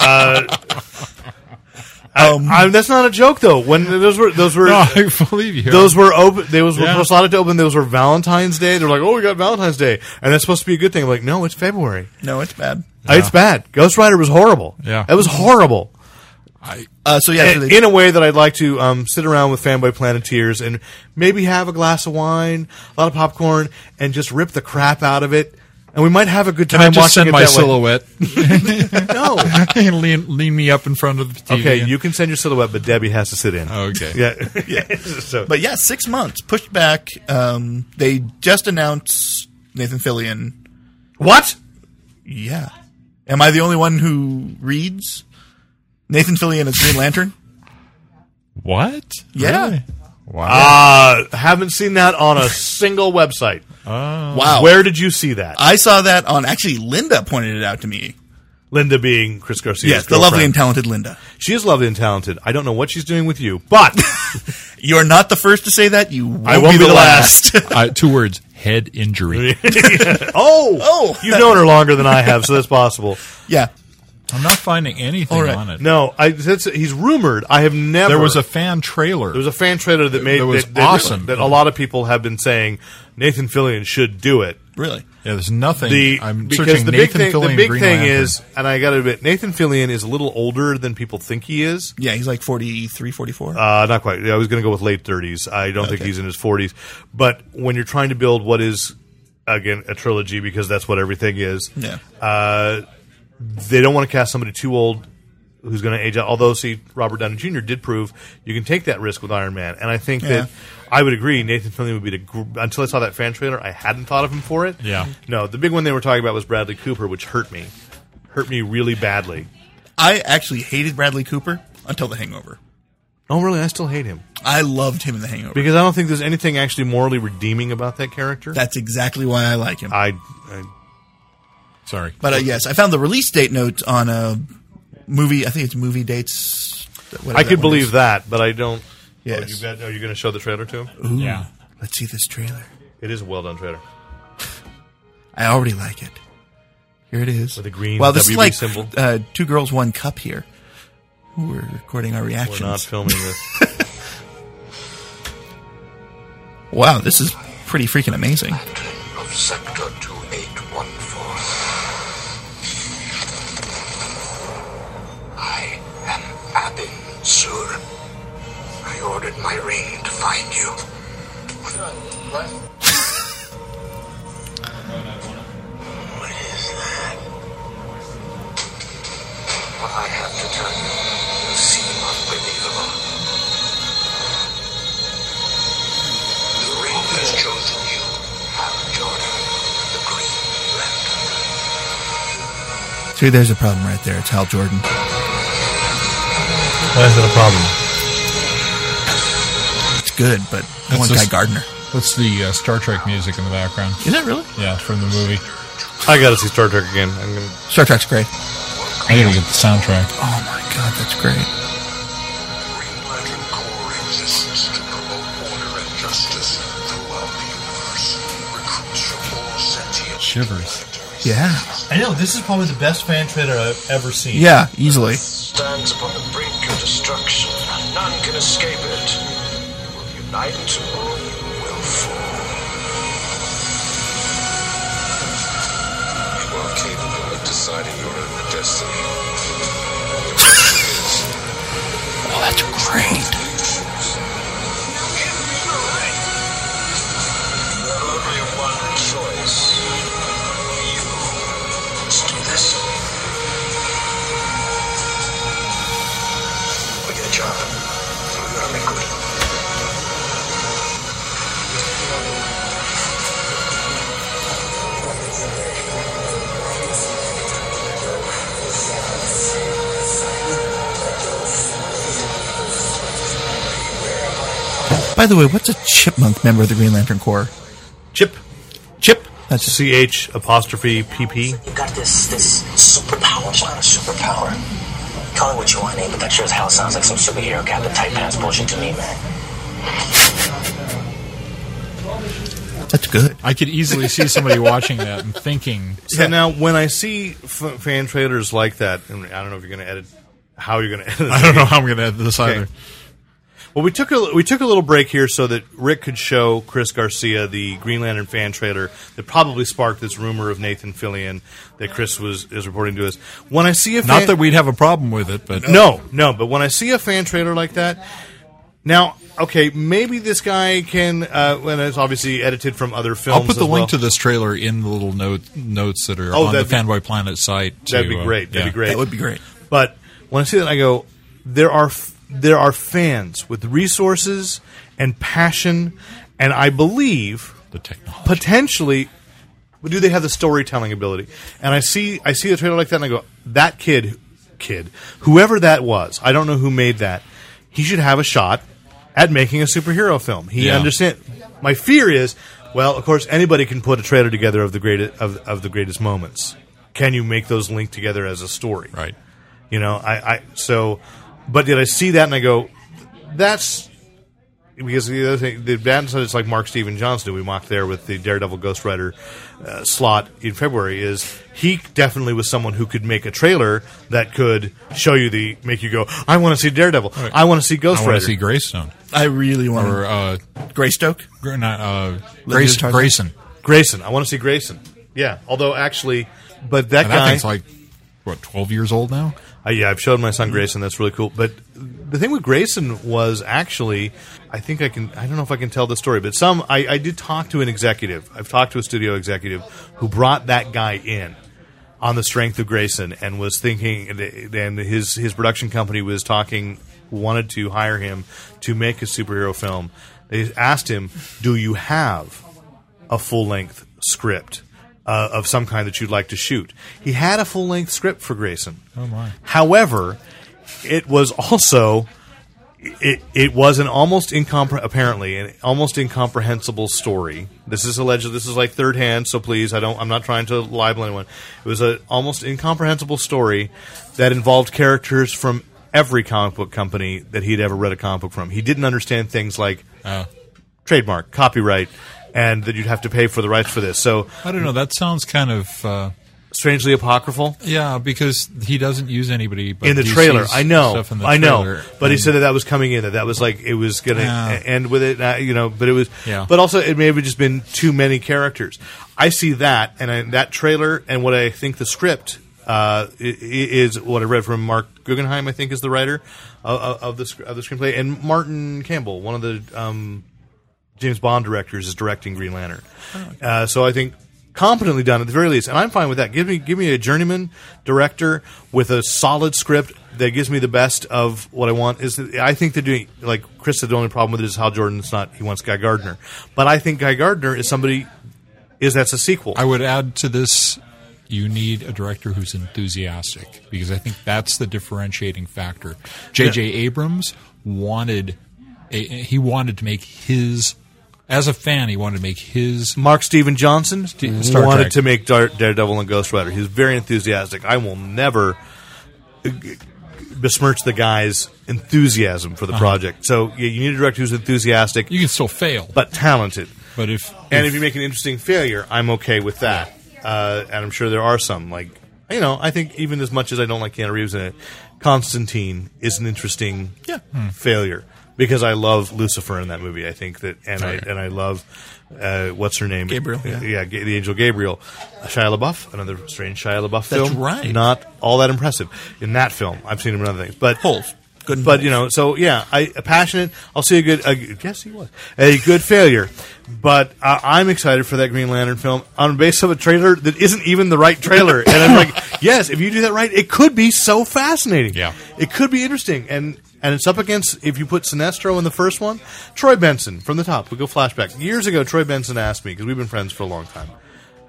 uh,
Um,
I, I, that's not a joke, though. When those were those were
No, I believe you.
Oh, those were open. They was
Yeah.
were slotted to open. Those were Valentine's Day. They're like, oh, we got Valentine's Day, and that's supposed to be a good thing. I'm like, no, it's February.
no, it's bad.
Uh, It's bad. Ghost Rider was horrible.
Yeah.
it was horrible.
I,
Uh, so yeah, so
in,
they,
in a way that I'd like to um, sit around with fanboy planeteers and maybe have a glass of wine, a lot of popcorn, and just rip the crap out of it. And we might have a good
can
time
I just
watching
send
it
my
that way.
silhouette?
No.
and lean, lean me up in front of the TV.
okay, you can send your silhouette, but Debbie has to sit in.
Okay.
Yeah. yeah. so,
but yeah, six months pushed back. Um, they just announced Nathan Fillion.
what?
Yeah, am I the only one who reads Nathan Fillion as Green Lantern?
What?
Yeah.
Really? Wow.
Uh, haven't seen that on a single website. Uh,
wow.
Where did you see that?
I saw that on actually Linda pointed it out to me.
Linda being Chris Garcia's
Yes, the lovely
girlfriend.
and talented Linda.
she is lovely and talented. I don't know what she's doing with you, but
You are not the first to say that. You won't,
I won't be the last.
I- Uh, two words: head injury.
oh,
Oh.
you've known her longer than I have, so that's possible.
yeah.
I'm not finding anything
All right.
on it.
No, I, that's, he's rumored. I have never.
there was a fan trailer.
there was a fan trailer that made
That was
that, that-
awesome.
that a lot of people have been saying Nathan Fillion should do it.
Really?
yeah, there's nothing.
The
I'm
because
searching
the big
Nathan
thing,
Fillion
the big
Green
thing
Lantern.
is, and I got to admit, Nathan Fillion is a little older than people think he is.
Yeah, he's like 43, 44.
Uh, not quite. I was going to go with late 30s. I don't think
Okay.
he's in his 40s. But when you're trying to build what is again a trilogy because that's what everything is.
yeah.
Uh, they don't want to cast somebody too old who's going to age out. Although, see, Robert Downey Jr. did prove you can take that risk with Iron Man, and I think that I would agree. Nathan Fillion would be the gr- until I saw that fan trailer, I hadn't thought of him for it.
Yeah.
no, the big one they were talking about was Bradley Cooper, which hurt me, hurt me really badly.
I actually hated Bradley Cooper until The Hangover.
Oh, really? I still hate him
I loved him in The Hangover.
because I don't think there's anything actually morally redeeming about that character.
That's exactly why I like him.
I, I
sorry.
but uh, yes, I found the release date note on a movie. I think it's movie dates. whatever
I
that
could
one
believe
is.
that, but I don't.
Yes.
Oh, you bet- are you going to show the trailer to him?
Ooh,
Yeah.
Let's see this trailer.
It is a well done trailer.
I already like it. Here it is.
With the green
Wow, this
WB
is like
symbol.
Uh, two girls, one cup. Here, Ooh, we're recording our
We're
reactions.
not filming this.
wow, this is pretty freaking amazing.
of Sector 2814. I am Abin Sur. I ordered my ring to find you. What is that? What I have to tell you will seem unbelievable. The ring has chosen you, Hal Jordan, the Green Lantern.
See, there's a problem right there. It's Hal Jordan.
Why is it a problem?
It's good, but
That's
one
just-
guy Gardner.
That's the uh, Star Trek music in the background.
Is that really?
Yeah, it's from the movie.
I gotta see Star Trek again. I'm gonna.
Star Trek's great.
I gotta get the soundtrack.
Oh my god, that's great.
Green Lantern Corps exists to promote order and justice throughout the universe. Recruits from all sentient
Shivers.
Yeah.
I know this is probably the best fan trailer I've ever seen.
Yeah, easily.
stands upon the brink of destruction, and none can escape it. You will unite or you will fall. You are capable of deciding your own destiny.
Oh, that's great.
Only one choice. You must do this. We get a job. We gotta make good.
By the way, what's a chipmunk member of the Green Lantern Corps?
Chip, Chip.
That's it.
C H apostrophe P P.
You got this this superpower. It's not a superpower. Call it what you want, Nate, but that sure as hell sounds like some superhero captain type ass bullshit to me, man.
That's good.
I could easily see somebody watching that and thinking,
So now, when I see f- fan trailers like that, and I don't know if you're gonna edit, how you're gonna edit.
I don't know how I'm going to edit this
Okay.
either.
Well, we took a we took a little break here so that Rick could show Chris Garcia the Green Lantern fan trailer that probably sparked this rumor of Nathan Fillion that Chris was is reporting to us. When I see a fan,
Not that we'd have a problem with it, but
no no, but when I see a fan trailer like that, now okay, maybe this guy can. Uh, and it's obviously edited from other films.
I'll put the
as well.
link to this trailer in the little note, notes that are
Oh,
on the
that'd be-
Fanboy Planet site.
That'd
to,
be
uh,
great. That'd
yeah.
be great.
That would be great.
But when I see that, I go, there are f- there are fans with resources and passion, and I believe
The technology.
potentially. But do they have the storytelling ability? And I see I see a trailer like that, and I go, that kid, kid, whoever that was, I don't know who made that. He should have a shot at making a superhero film. He
Yeah.
understand. My fear is, well, of course, anybody can put a trailer together of the great of, of the greatest moments. Can you make those link together as a story?
Right.
You know, I, I so, but did I see that and I go, that's because the other thing, the bad side is like Mark Steven Johnson, who we mocked there with the Daredevil Ghost Rider uh, slot in February, is he definitely was someone who could make a trailer that could show you the, make you go, I want to see Daredevil, I want to see Ghost
I want
Rider.
to see Greystone.
I really want
Or, uh,
Mm-hmm.
Greystoke.
Gr- not, uh,
Legend
Grace,
of Tarzan?
Grayson.
Grayson, I want to see Grayson. Yeah, although actually, but that
And that
guy,
thing's like, what, 12 years old now?
Uh, yeah, I've showed my son Grayson. That's really cool. But the thing with Grayson was actually, I think I can. I don't know if I can tell the story, but some I, I did talk to an executive. I've talked to a studio executive who brought that guy in on the strength of Grayson and was thinking, and his his production company was talking, wanted to hire him to make a superhero film. They asked him, "Do you have a full length script?" Uh, of some kind that you'd like to shoot. He had a full length script for Grayson. Oh
my.
However, it was also it it was an almost incompre- apparently an almost incomprehensible story. This is alleged. This is like third hand, so please, I don't. I'm not trying to libel anyone. It was an almost incomprehensible story that involved characters from every comic book company that he'd ever read a comic book from. He didn't understand things like trademark, copyright, and that you'd have to pay for the rights for this. So
I don't know. That sounds kind of uh,
strangely apocryphal
Yeah, because he doesn't use anybody but
in the
DC's
trailer. I know,
stuff in the
I know.
trailer.
But he
And-
said that that was coming in. That that was like it was going to
Yeah.
end with it. uh, You know, but it was.
Yeah.
But also, it may have just been too many characters. I see that, and I, that trailer, and what I think the script uh, i- i- is what I read from Mark Guggenheim. I think is the writer uh, of, of the sc- of the screenplay, and Martin Campbell, one of the um, James Bond directors, is directing Green Lantern. Uh, so I think competently done at the very least, and I'm fine with that. Give me give me a journeyman director with a solid script that gives me the best of what I want. Is that- I think they're doing like Chris said. The only problem with it is Hal Jordan's not he wants Guy Gardner, but I think Guy Gardner is somebody. Is that's a sequel?
I would add to this you need a director who's enthusiastic because I think that's the differentiating factor. J.J. Abrams wanted a, he wanted to make his as a fan he wanted to make his
Mark Steven Johnson
Star
wanted
Trek.
to make Dar- Daredevil and Ghost Rider. He was very enthusiastic. I will never uh, g- besmirch the guy's enthusiasm for the project. So yeah, you need a director who's enthusiastic
Uh-huh. you can still fail
but talented.
but if
And if you make an interesting failure, I'm okay with that. Uh, and I'm sure there are some. Like, you know, I think even as much as I don't like Keanu Reeves in it, Constantine is an interesting Hmm. failure because I love Lucifer in that movie. I think that, and I and I love uh, what's her name,
Oh, Gabriel, yeah.
yeah, Ga- the angel Gabriel, Shia LaBeouf, another strange Shia LaBeouf
That's
film,
right.
Not all that impressive in that film. I've seen him in other things, but
Holes. Good and
but
holes.
you know, so yeah, I a passionate. I'll see a good. A, yes, he was a good failure, but uh, I'm excited for that Green Lantern film on the basis of a trailer that isn't even the right trailer. and I'm like, yes, if you do that right, it could be so fascinating.
Yeah.
it could be interesting, and and it's up against if you put Sinestro in the first one, Troy Benson from the top. We go flashback years ago. Troy Benson asked me because we've been friends for a long time.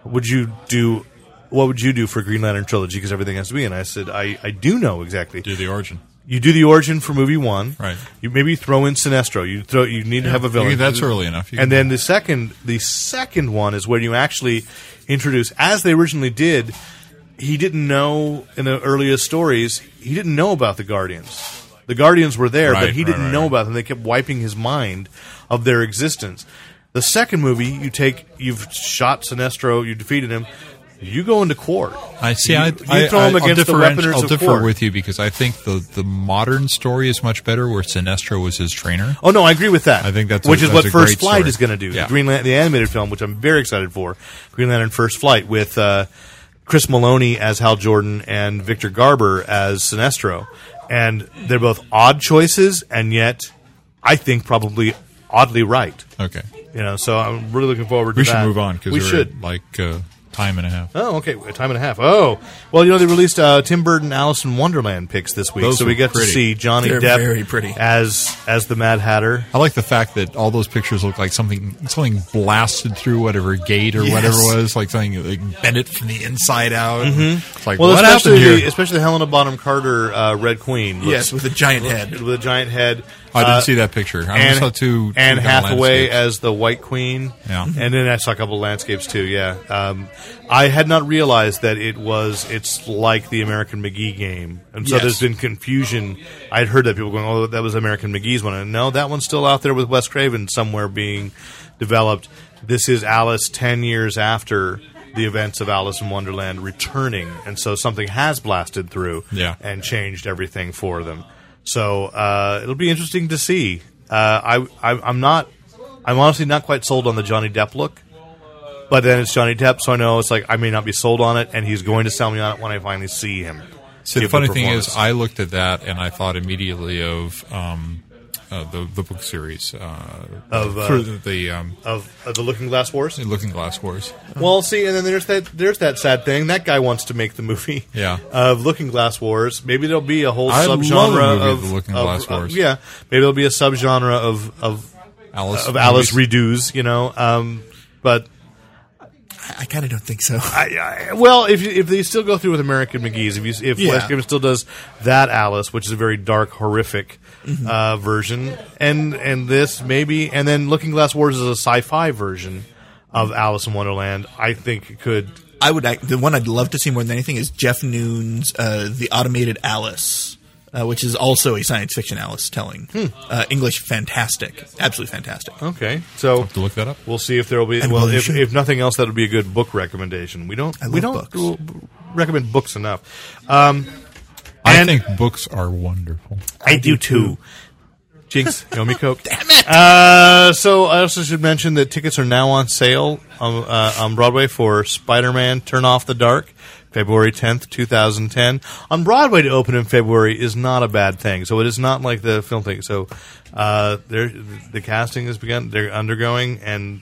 Would you do? What would you do for Green Lantern trilogy? Because everything has to be. And I said, I, I do know exactly
do the origin
you do the origin for movie one,
Right.
You maybe throw in Sinestro. You throw. You need to have a villain.
You- that's early enough. You
and
can-
then the second, the second one is where you actually introduce, as they originally did. He didn't know in the earliest stories. He didn't know about the Guardians. The Guardians were there, but
Right,
he
right,
didn't
right,
know
right.
about them. They kept wiping his mind of their existence. The second movie, you take, you've shot Sinestro, you defeated him. You go into court.
I see.
You-
I,
you
I,
throw him
I,
against the
I'll different-
weaponers
I'll
of
differ
war.
with you because I think the the modern story is much better, where Sinestro was his trainer.
Oh no, I agree with that.
I think that's a-
which is
that's
what
a
First
great
Flight
story.
is going to do.
Yeah.
The Green Lan- the animated film, which I'm very excited for, Green Lantern First Flight with uh, Chris Maloney as Hal Jordan and Victor Garber as Sinestro, and they're both odd choices, and yet I think probably oddly right.
Okay,
You know, so I'm really looking forward to
we
that.
should move on because
we should.
like uh, time and a half.
Oh, okay, a time and a half. Oh, well, you know they released uh, Tim Burton Alice in Wonderland picks this week,
Those
so we
were
got to
pretty.
see Johnny
They're
Depp
very pretty.
as as the Mad Hatter.
I like the fact that all those pictures look like something something blasted through whatever gate or
Yes.
whatever it was, like something like bent it from the inside out.
Mm-hmm.
It's like
Mm-hmm. Well,
what happened
especially the,
here?
especially the Helena Bonham Carter uh, Red Queen. looks-
yes, with a giant head.
with a giant head.
Oh, I didn't
Uh,
see that picture. I only
Anne,
saw two. two
Anne
kind of
Hathaway
landscapes.
as the White Queen.
Yeah.
and then I saw a couple of landscapes too. Yeah, um, I had not realized that it was. It's like the American McGee game, and so
Yes.
there's been confusion. I'd heard that people going, "Oh, that was American McGee's one," and no, that one's still out there with Wes Craven somewhere being developed. This is Alice ten years after. The events of Alice in Wonderland returning, and so something has blasted through
Yeah.
and changed everything for them. So uh, it'll be interesting to see. Uh, I, I I'm not I'm honestly not quite sold on the Johnny Depp look, but then it's Johnny Depp, so I know it's like I may not be sold on it, and he's going to sell me on it when I finally see him.
See, the
give
funny thing is,
performance.
I looked at that and I thought immediately of um, uh, the the book series uh,
Of, uh,
for the, the um,
of, of the Looking Glass Wars.
Looking Glass Wars.
Well, see, and then there's that there's that sad thing. That guy wants to make the movie.
Yeah.
Of Looking Glass Wars. Maybe there'll be a whole
I love the
subgenre
movie,
of
The Looking
of-
Glass
of-
Wars.
yeah. Maybe there'll be a subgenre of of
Alice
of Alice
movies.
redos. You know, um, but
I, I kind of don't think so.
I, I, well, if you- if they still go through with American McGee's, if you, if
Yeah.
Wes Craven still does that Alice, which is a very dark, horrific
Mm-hmm.
uh, version, and and this maybe, and then Looking Glass Wars is a sci-fi version of Alice in Wonderland. I think it could.
I would. act- The one I'd love to see more than anything is Jeff Noon's uh, "The Automated Alice," uh, which is also a science fiction Alice telling. Uh, English, fantastic, absolutely fantastic.
Okay, so
to look that up.
We'll see if there will be.
And
Well,
we
if,
should.
if nothing else, that would be a good book recommendation. We don't.
I
we
love
don't
books.
l- recommend books enough. Um, and
I think books are wonderful.
I do too. Jinx, you owe me coke. Damn it! Uh, so I also should mention that tickets are now on sale on, uh, on Broadway for Spider-Man: Turn Off the Dark, February tenth, two thousand ten. On Broadway to open in February is not a bad thing. So it is not like the film thing. So uh, there, the casting has begun. They're undergoing, and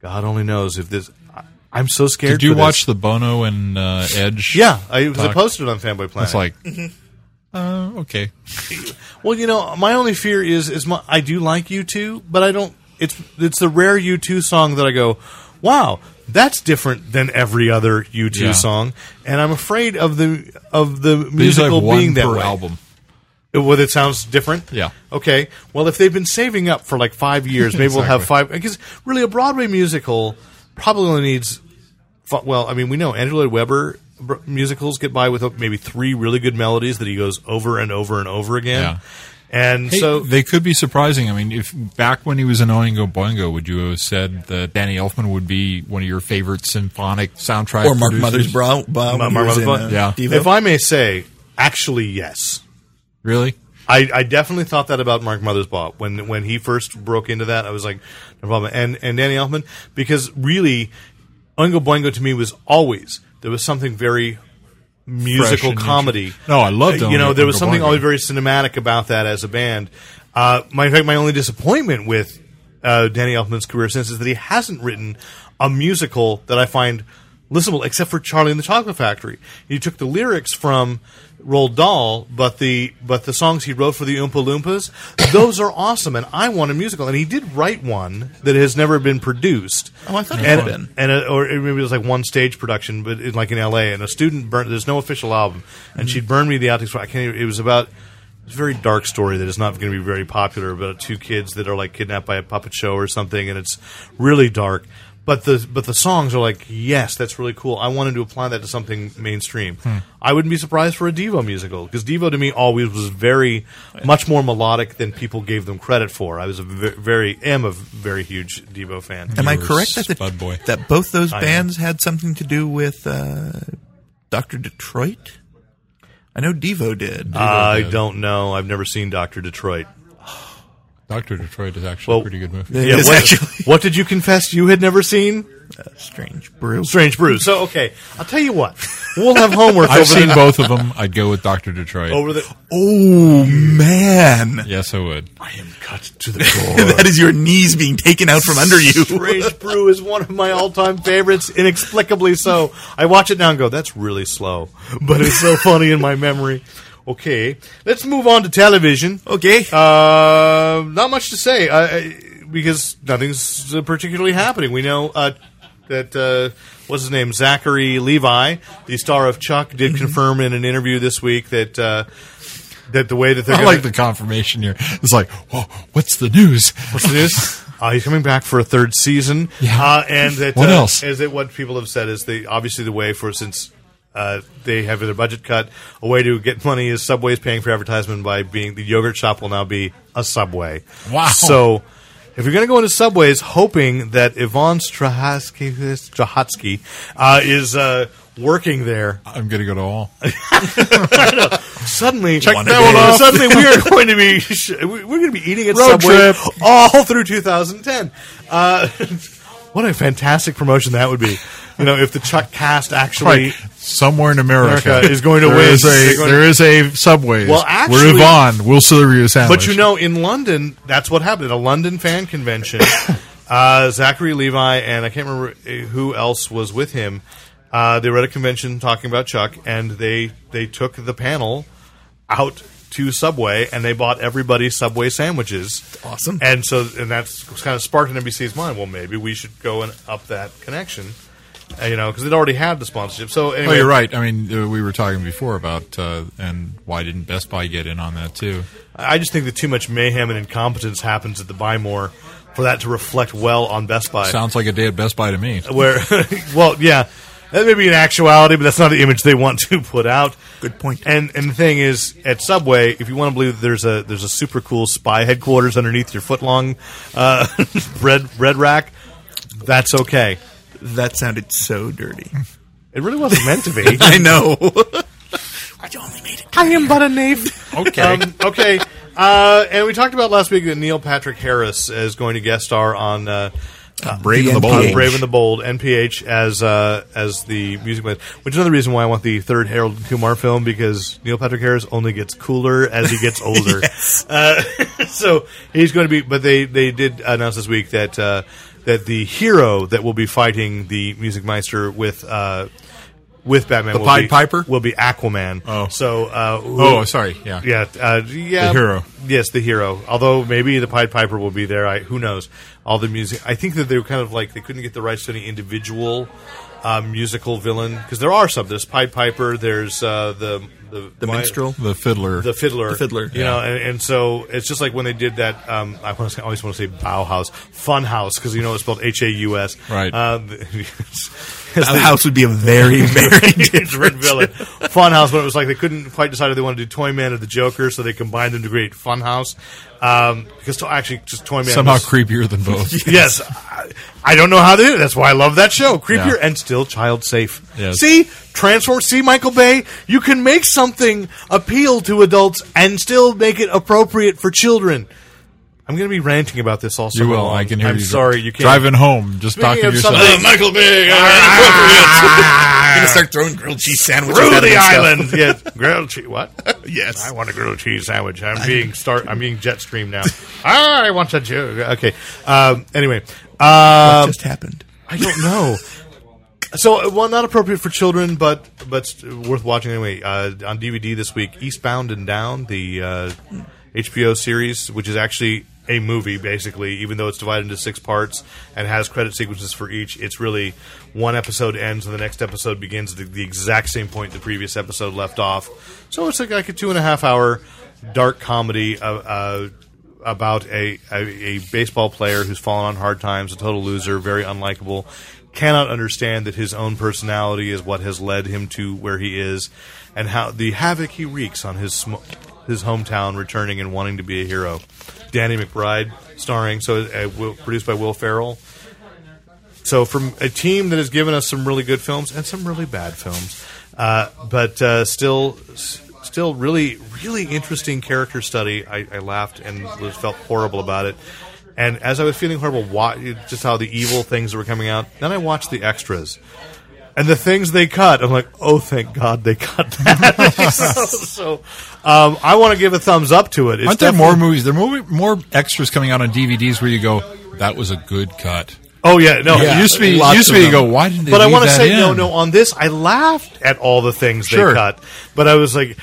God only knows if this. I, I'm so scared.
Did you
for this.
watch the Bono and uh, Edge?
Yeah, I, it was
Talk?
posted on Fanboy Planet.
It's like,
Mm-hmm.
uh, okay.
Well, you know, my only fear is is my, I do like U two, but I don't. It's it's the rare U two song that I go, wow, that's different than every other U two
Yeah.
song, and I'm afraid of the of the
They usually have
musical
one
being that
per
way.
album.
Whether it sounds different,
Yeah.
Okay. Well, if they've been saving up for like five years, maybe we'll have
Exactly.
five. Because really, a Broadway musical probably only needs. fi- Well, I mean, we know Andrew Lloyd Webber br- musicals get by with uh, maybe three really good melodies that he goes over and over and over again.
Yeah.
And
Hey,
so
they could be surprising. I mean, if back when he was in Oingo Boingo, would you have said that Danny Elfman would be one of your favorite symphonic soundtrack
Or Mark
producers?
Mothers Brown. Brown
Mark
who was
Mothers
in,
Brown?
uh,
Yeah.
Devo.
If I may say, actually, yes.
Really?
I, I definitely thought that about Mark Mothersbaugh when when he first broke into that. I was like, no problem. And and Danny Elfman because really, Oingo Boingo to me was always there was something very musical
and
comedy.
interesting. No, I loved
Uh, you know
Oingo-
there was
Oingo
something
Boingo.
always very cinematic about that as a band. Uh, my in fact, my only disappointment with uh, Danny Elfman's career since is that he hasn't written a musical that I find listenable, except for Charlie and the Chocolate Factory. He took the lyrics from Roald Dahl, but the but the songs he wrote for the Oompa Loompas, those are awesome, and I want a musical. And he did write one that has never been produced
Oh, I thought it
and,
had been.
and a, or maybe it was like one stage production, but in, like in L.A. And a student burned. There's no official album, and she'd burned me the outtakes. For, I can't. Even, it was about it's a very dark story that is not going to be very popular about two kids that are like kidnapped by a puppet show or something, and it's really dark. But the but the songs are like yes, that's really cool. I wanted to apply that to something mainstream. I wouldn't be surprised for a Devo musical because Devo to me always was very much more melodic than people gave them credit for. I was a ve- very am a very huge Devo fan.
Am I
You were
correct that, the,
Spud Boy.
that both those
I am.
bands had something to do with uh, Doctor Detroit? I know Devo did.
I
did.
don't know. I've never seen Doctor Detroit.
Doctor Detroit is actually
Well,
a pretty good movie.
It
Yeah,
is
what,
actually-
what did you confess you had never seen?
Strange Brew.
Strange Brew. So okay, I'll tell you what. We'll have homework over
I've seen
the,
both of them. I'd go with Doctor Detroit.
over the.
Oh man,
yes, I would.
I am cut to the core.
that is your knees being taken out from under you.
Strange Brew is one of my all-time favorites, inexplicably so. I watch it now and go, "That's really slow," but it's so funny in my memory. Okay, let's move on to television.
Okay.
Uh, not much to say uh, uh, because nothing's particularly happening. We know uh, that uh, what's his name, Zachary Levi, the star of Chuck, did
Mm-hmm.
confirm in an interview this week that uh, that the way that they're
I
gonna-
like the confirmation here. It's like, whoa, what's the news?
What's the news? Uh, he's coming back for a third season.
Yeah.
Uh, and that,
What
uh,
else?
Is that what people have said is the obviously the way for since uh, they have their budget cut, a way to get money is Subway's paying for advertisement by being the yogurt shop will now be a Subway.
Wow.
So if you're going to go into Subways, hoping that Yvonne Strahatsky, Strahatsky uh, is uh, working there,
I'm going to go to all.
suddenly
Check that one off.
Suddenly, we are going to be we- we're going to be eating at
Road
Subway
trip.
all through 2010. Uh, what a fantastic promotion that would be! You know, if the Chuck cast actually.
Like, somewhere in America,
America is going to
there
win.
is
They're
a,
going-
there is a Subway.
Well, actually-
we're Yvonne. We'll serve you a sandwich.
But you know, in London, that's what happened. At a London fan convention, uh, Zachary Levi and I can't remember uh, who else was with him. Uh, they were at a convention talking about Chuck, and they they took the panel out to Subway, and they bought everybody Subway sandwiches.
Awesome.
And so, and that's kind of sparked in NBC's mind. Well, maybe we should go and up that connection. uh, You know, because it already had the sponsorship. So anyway,
Oh, you're right. I mean, uh, we were talking before about uh, and why didn't Best Buy get in on that too?
I just think that too much mayhem and incompetence happens at the Buy More for that to reflect well on Best Buy. Uh,
Sounds like a day at Best Buy to me.
where well yeah That may be an actuality, but that's not the image they want to put out.
Good point.
And and the thing is, at Subway, if you want to believe that there's a there's a super cool spy headquarters underneath your footlong uh, bread bread rack, that's okay.
That sounded so dirty.
It really wasn't meant to be.
I know. I only made it.
I am but a knave.
Okay.
Um, okay. Uh, and we talked about last week that Neil Patrick Harris is going to guest star on uh,
Brave
the
and the
NPH.
Bold.
on Brave and the Bold, NPH, as uh, as the music man, which is another reason why I want the third Harold and Kumar film because Neil Patrick Harris only gets cooler as he gets older. uh, so he's going to be. But they they did announce this week that uh, that the hero that will be fighting the Music Meister with. Uh, with Batman,
The
will
Pied
be-
Piper?
will be Aquaman.
Oh.
so uh,
Oh, sorry. Yeah.
yeah, uh, yeah,
The hero.
Yes, the hero. Although maybe the Pied Piper will be there. I, who knows? All the music. I think that they were kind of like they couldn't get the rights to any individual uh, musical villain because there are some. There's Pied Piper. There's uh, the the
The
my-
minstrel.
The fiddler.
the fiddler,
The fiddler.
You
Yeah.
know, and, and so it's just like when they did that. Um, I want to always want to say Bauhaus, Funhouse, because you know it's spelled H A U S.
Right.
Uh, the-
The house would be a very, very
Red
different
Villain. Funhouse, but it was like they couldn't quite decide if they wanted to do Toyman or the Joker, so they combined them to create Funhouse. Um, because to, actually, just Toyman
Somehow
was-
creepier than both.
Yes, I, I don't know how they did it. That's why I love that show. Creepier
Yeah.
and still child safe.
Yes.
See, transform. See, Michael Bay, you can make something appeal to adults and still make it appropriate for children. I'm going to be ranting about this also.
You will. I can hear
I'm
you.
sorry, you can't.
Driving home, just
Speaking
talking to
of
yourself.
something-
Uh, Michael Bay. I'm gonna start throwing grilled cheese sandwiches.
through
at him
the
and stuff.
island. yes, grilled cheese. What?
Yes.
I want a grilled cheese sandwich. I'm being start. I'm being jet stream now. I want a Jew. Okay. Um, anyway,
What
uh,
just happened?
I don't know. So, uh, well, not appropriate for children, but but st- worth watching anyway. Uh, on DVD this week, Eastbound and Down, the uh, HBO series, which is actually a movie basically, even though it's divided into six parts and has credit sequences for each. It's really one episode ends and the next episode begins at the, the exact same point the previous episode left off. So it's like, like a two and a half hour dark comedy. Uh, uh, about a, a, a baseball player who's fallen on hard times, a total loser, very unlikable, cannot understand that his own personality is what has led him to where he is, and how the havoc he wreaks on his sm- his hometown, returning and wanting to be a hero. Danny McBride, starring, so uh, Will, produced by Will Ferrell. So from a team that has given us some really good films and some really bad films, uh, but uh, still, s- still really, really interesting character study. I, I laughed and was, felt horrible about it. And as I was feeling horrible, wa- just how the evil things were coming out, then I watched the extras. And the things they cut, I'm like, oh, thank God they cut that. so so, um, I want to give a thumbs up to it. It's
Aren't there
definitely-
more movies? There are more, more extras coming out on DVDs where you go, that was a good cut.
Oh yeah, no.
It used to be,
lots
used to
of
be you
them.
go, why didn't they
but I
want to
say no, no. On this, I laughed at all the things
Sure.
they cut, but I was like,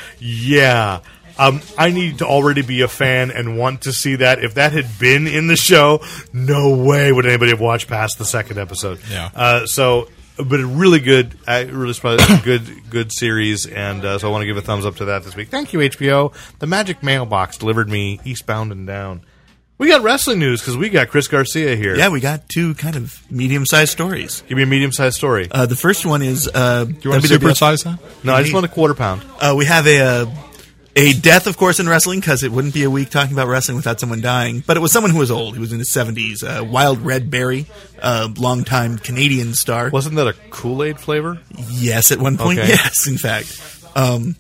yeah. Um, I need to already be a fan and want to see that. If that had been in the show, no way would anybody have watched past the second episode.
Yeah.
Uh, so, but a really good, uh, really surprised- good, good series, and uh, so I want to give a thumbs up to that this week. Thank you, HBO. The Magic Mailbox delivered me Eastbound and Down. We got wrestling news because we got Chris Garcia here.
Yeah, we got two kind of medium-sized stories.
Give me a medium-sized story.
Uh, the first one is uh,
You want to
WWF
supersize that?
no, I just want a quarter pound.
Uh, we have a, uh a death, of course, in wrestling because it wouldn't be a week talking about wrestling without someone dying. But it was someone who was old. He was in his seventies. Uh, Wild Red Berry, uh, longtime Canadian star.
Wasn't that a Kool Aid flavor?
Yes, at one point.
Okay.
Yes, in fact. Um,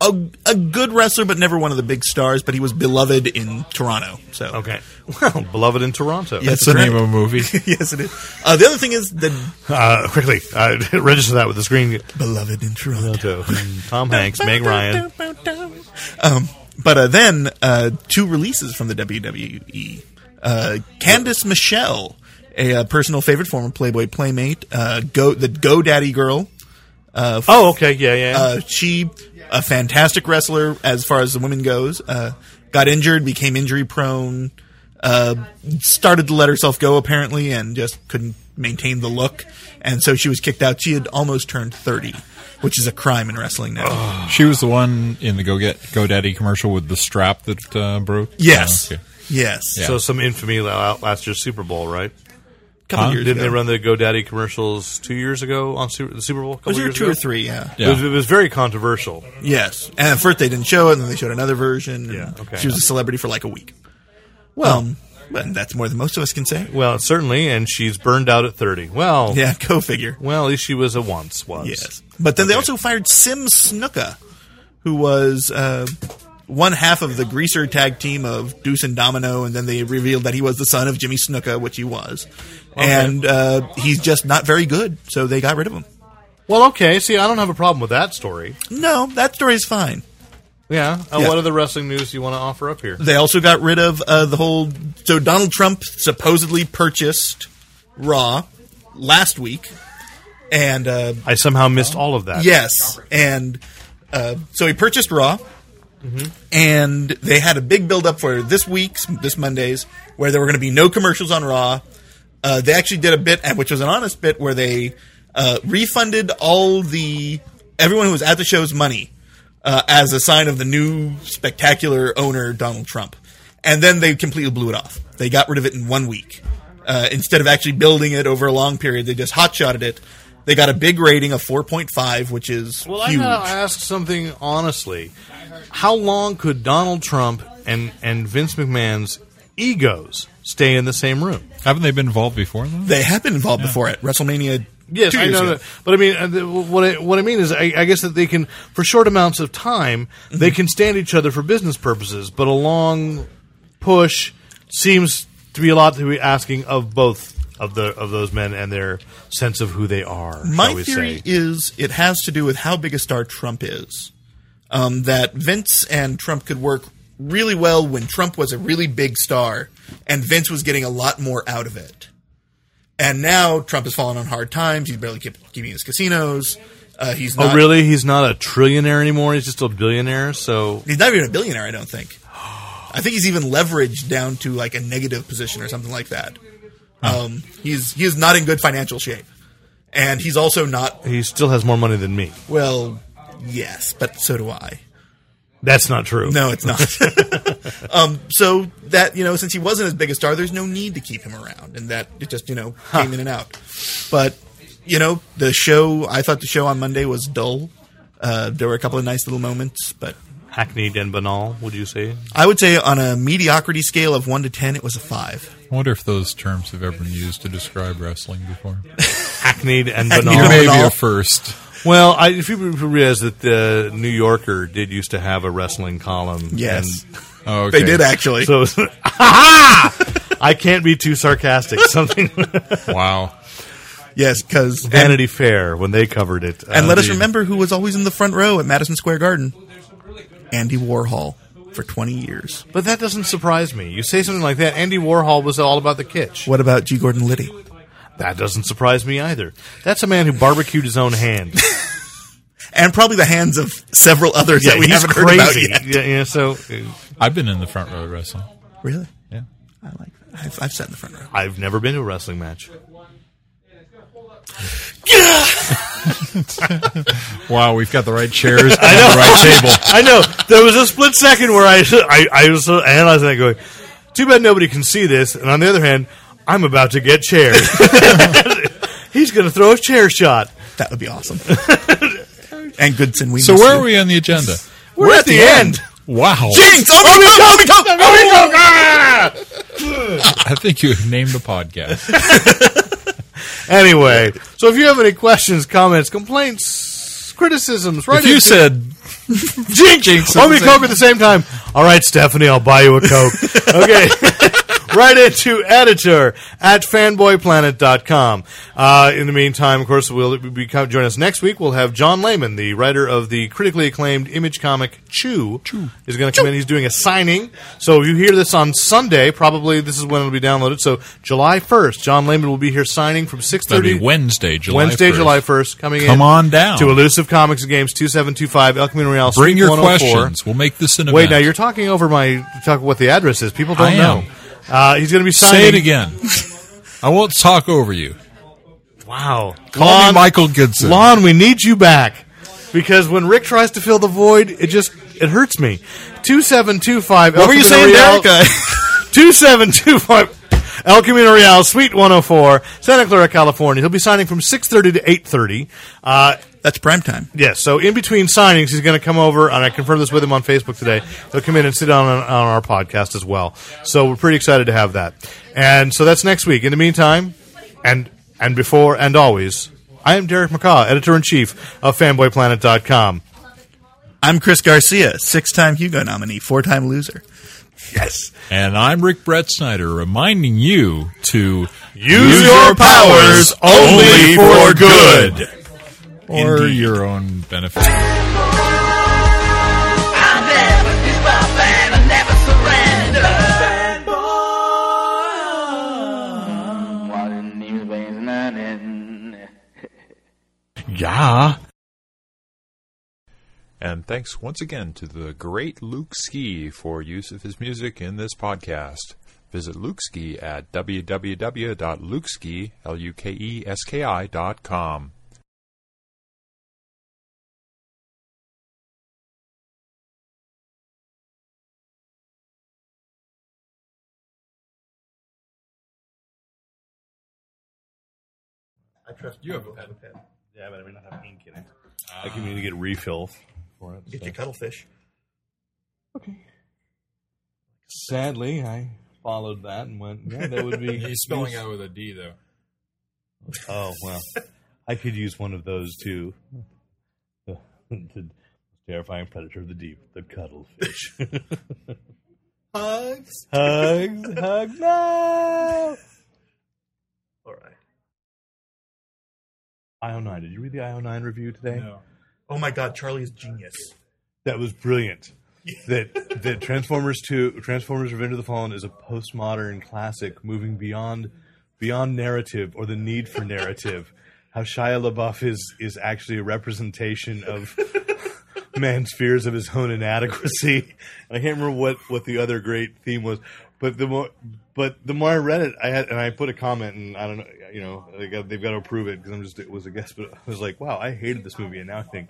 a, a good wrestler, but never one of the big stars. But he was beloved in Toronto. So
Well, beloved in Toronto.
Yes,
That's the name of a movie.
yes, it is. Uh, the other thing is the
Uh, quickly, uh, register that with the screen.
beloved in Toronto.
Tom Hanks, Meg Ryan.
Um, but uh, then uh, two releases from the WWE. Uh, Candice Michelle, a, uh personal favorite, former Playboy playmate, uh, go the GoDaddy girl.
Oh, okay. Yeah, yeah.
Uh, she, a fantastic wrestler as far as the women goes, uh, got injured, became injury prone, uh, started to let herself go apparently, and just couldn't maintain the look, and so she was kicked out. She had almost turned thirty, which is a crime in wrestling now.
Oh,
She was the one in the Go Get GoDaddy commercial with the strap that uh, broke.
Yes.
Uh, okay.
Yes.
Yeah.
So some infamy la- last year's Super Bowl, right?
couple
Huh?
years
Didn't
ago.
they run the GoDaddy commercials two years ago on Super, the Super Bowl? a couple
was there
years
two
ago?
or three? Yeah.
Yeah.
It, was, it was very controversial.
Yes. And at first they didn't show it, and then they showed another version. and
Yeah, okay.
She was a celebrity for like a week. Well, um, but that's more than most of us can say.
Well, certainly, and she's burned out at thirty. Well,
Yeah, go figure.
Well, at least she was a once was.
Yes. But then they also fired Sim Snuka, who was uh, one half of the greaser tag team of Deuce and Domino, and then they revealed that he was the son of Jimmy Snuka, which he was. And uh, he's just not very good, so they got rid of him.
Well, okay. See, I don't have a problem with that story.
No, that story's fine.
Yeah. Uh,
Yeah.
What other wrestling news do you want to offer up here?
They also got rid of uh, the whole. So Donald Trump supposedly purchased Raw last week, and uh,
I somehow missed all of that.
Yes, and uh, so he purchased Raw, and they had a big build up for this week's this Monday's where there were going to be no commercials on Raw. Uh, they actually did a bit, and- which was an honest bit, where they uh, refunded all the everyone who was at the show's money uh, as a sign of the new spectacular owner Donald Trump, and then they completely blew it off. They got rid of it in one week. Uh, instead of actually building it over a long period, they just hotshotted it. They got a big rating of 4.5, which is
Well, I
huge.
gotta ask something honestly. How long could Donald Trump and and Vince McMahon's egos stay in the same room?
Haven't they been involved before? Though?
They have been involved before at WrestleMania.
Yes,
two
I
years
know
ago.
that. But I mean, uh, the- what I, what I mean is, I, I guess that they can, for short amounts of time,
Mm-hmm.
they can stand each other for business purposes. But a long push seems to be a lot to be asking of both of the of those men and their sense of who they are. shall
My
we
theory
say.
is it has to do with how big a star Trump is. Um, that Vince and Trump could work really well when Trump was a really big star, and Vince was getting a lot more out of it. And now Trump has fallen on hard times. He's barely keep, keeping his casinos. Uh, he's
Oh,
not,
really? He's not a trillionaire anymore. He's just a billionaire. So
He's not even a billionaire. I don't think. I think he's even leveraged down to like a negative position or something like that. Um, he's he is not in good financial shape, and he's also not
he still has more money than me.
Well, yes, but so do I.
That's not true.
No, it's not. um, so that you know, since he wasn't as big a star, there's no need to keep him around, and that it just you know came in and out. But you know, the show. I thought the show on Monday was dull. Uh, there were a couple of nice little moments, but
Hackneyed and banal, would you say?
I would say on a mediocrity scale of one to ten, it was a five.
I wonder if those terms have ever been used to describe wrestling before.
Hackneyed and
Hackneyed
banal.
and
Maybe
banal.
a first.
Well, I, if you realize that the New Yorker did used to have a wrestling column,
Yes,
Oh, okay.
they did actually.
and so Ha-ha! I can't be too sarcastic. Something
Wow.
yes, because
Vanity Fair when they covered it, uh,
And let us
the-
remember who was always in the front row at Madison Square Garden Andy Warhol for 20 years.
But that doesn't surprise me. You say something like that. Andy Warhol was all about the kitsch.
What about G. Gordon Liddy?
That doesn't surprise me either. That's a man who barbecued his own hand.
And probably the hands of several others that we
he's
haven't heard about
crazy.
yet.
Yeah, yeah, so uh,
I've been in the front row of wrestling.
Really?
Yeah.
I like that. I've, I've sat in the front row.
I've never been to a wrestling match.
Wow, we've got the right chairs and the right table.
I know there was a split second where I I, I was so analyzing that, going, "Too bad nobody can see this." And on the other hand, I'm about to get chaired. He's going to throw a chair shot.
That would be awesome. and Goodson, we
So
miss
where
you.
are we on the agenda?
We're, at, the end.
Wow.
Jinx! Obi- Obi- Obi- Obi-
Ah!
I think you have named the podcast.
Anyway, so if you have any questions, comments, complaints, criticisms, right?
if you said
jinx,
Jinx at
Obi
the same-
Coke at the same time. All right, Stephanie, I'll buy you a Coke. okay. right into editor at fanboyplanet.com. Uh, in the meantime, of course, we'll be, come, join us next week. We'll have John Lehman, the writer of the critically acclaimed image comic Chew, is going to come in. He's doing a signing. So if you hear this on Sunday, probably this is when it'll be downloaded. So July 1st, John Lehman will be here signing from 6.30.
that'd be Wednesday, July
Wednesday,
1st.
July 1st, coming in.
Come on down.
To Elusive Comics and Games 2725 El Camino Real. oh
Bring
Suite
your
104.
questions. We'll make this an event.
Wait, now you're talking over my talk what the address is. People don't
I
know.
am.
Uh, he's going to be signing.
Say it again. I won't talk over you.
Wow.
Call me
Lon,
Michael Goodson.
Lon, we need you back because when Rick tries to fill the void, it just it hurts me. 2725 El
were you
Camino
saying,
Real.
Derek?
2725 El Camino Real, Suite 104, Santa Clara, California. He'll be signing from 6.30 to 8.30. Uh,
That's prime time.
Yes. So in between signings, he's going to come over, and I confirmed this with him on Facebook today. He'll come in and sit down on, on our podcast as well. So we're pretty excited to have that. And so that's next week. In the meantime, and and before and always, I am Derek McCaw, editor in chief of FanboyPlanet.com.
I'm Chris Garcia, six-time Hugo nominee, four-time loser. Yes.
And I'm Rick Brett Snyder reminding you to
Use your powers only for good.
or your own benefit.
I never give up and I never surrender. Fanboy.
While in these ways, man, and
Yeah.
And thanks once again to the great Luke Ski for use of his music in this podcast. Visit Luke Ski at www.lukeski, E L-U-K-E-S-K-I dot com.
I trust you have a pen. Yeah, but I may not have ink in it. I can need to get refill for it.
Get your cuttlefish.
Sadly, I followed that and went. Yeah, that would be.
out with a D though.
Oh well, I could use one of those too. The, the terrifying predator of the deep, the cuttlefish.
Hugs.
hugs, hugs, no. All right. IO nine. Did you read the IO nine review today?
Oh my God, Charlie is genius.
That was brilliant. that that Transformers two Transformers Revenge of the Fallen is a postmodern classic moving beyond beyond narrative or the need for narrative. How Shia LaBeouf is is actually a representation of man's fears of his own inadequacy. And I can't remember what, what the other great theme was, but the more but the more I read it, I had and I put a comment, and I don't know, you know, they got, they've got to approve it because I'm just it was a guess, but I was like, wow, I hated this movie, and now I think.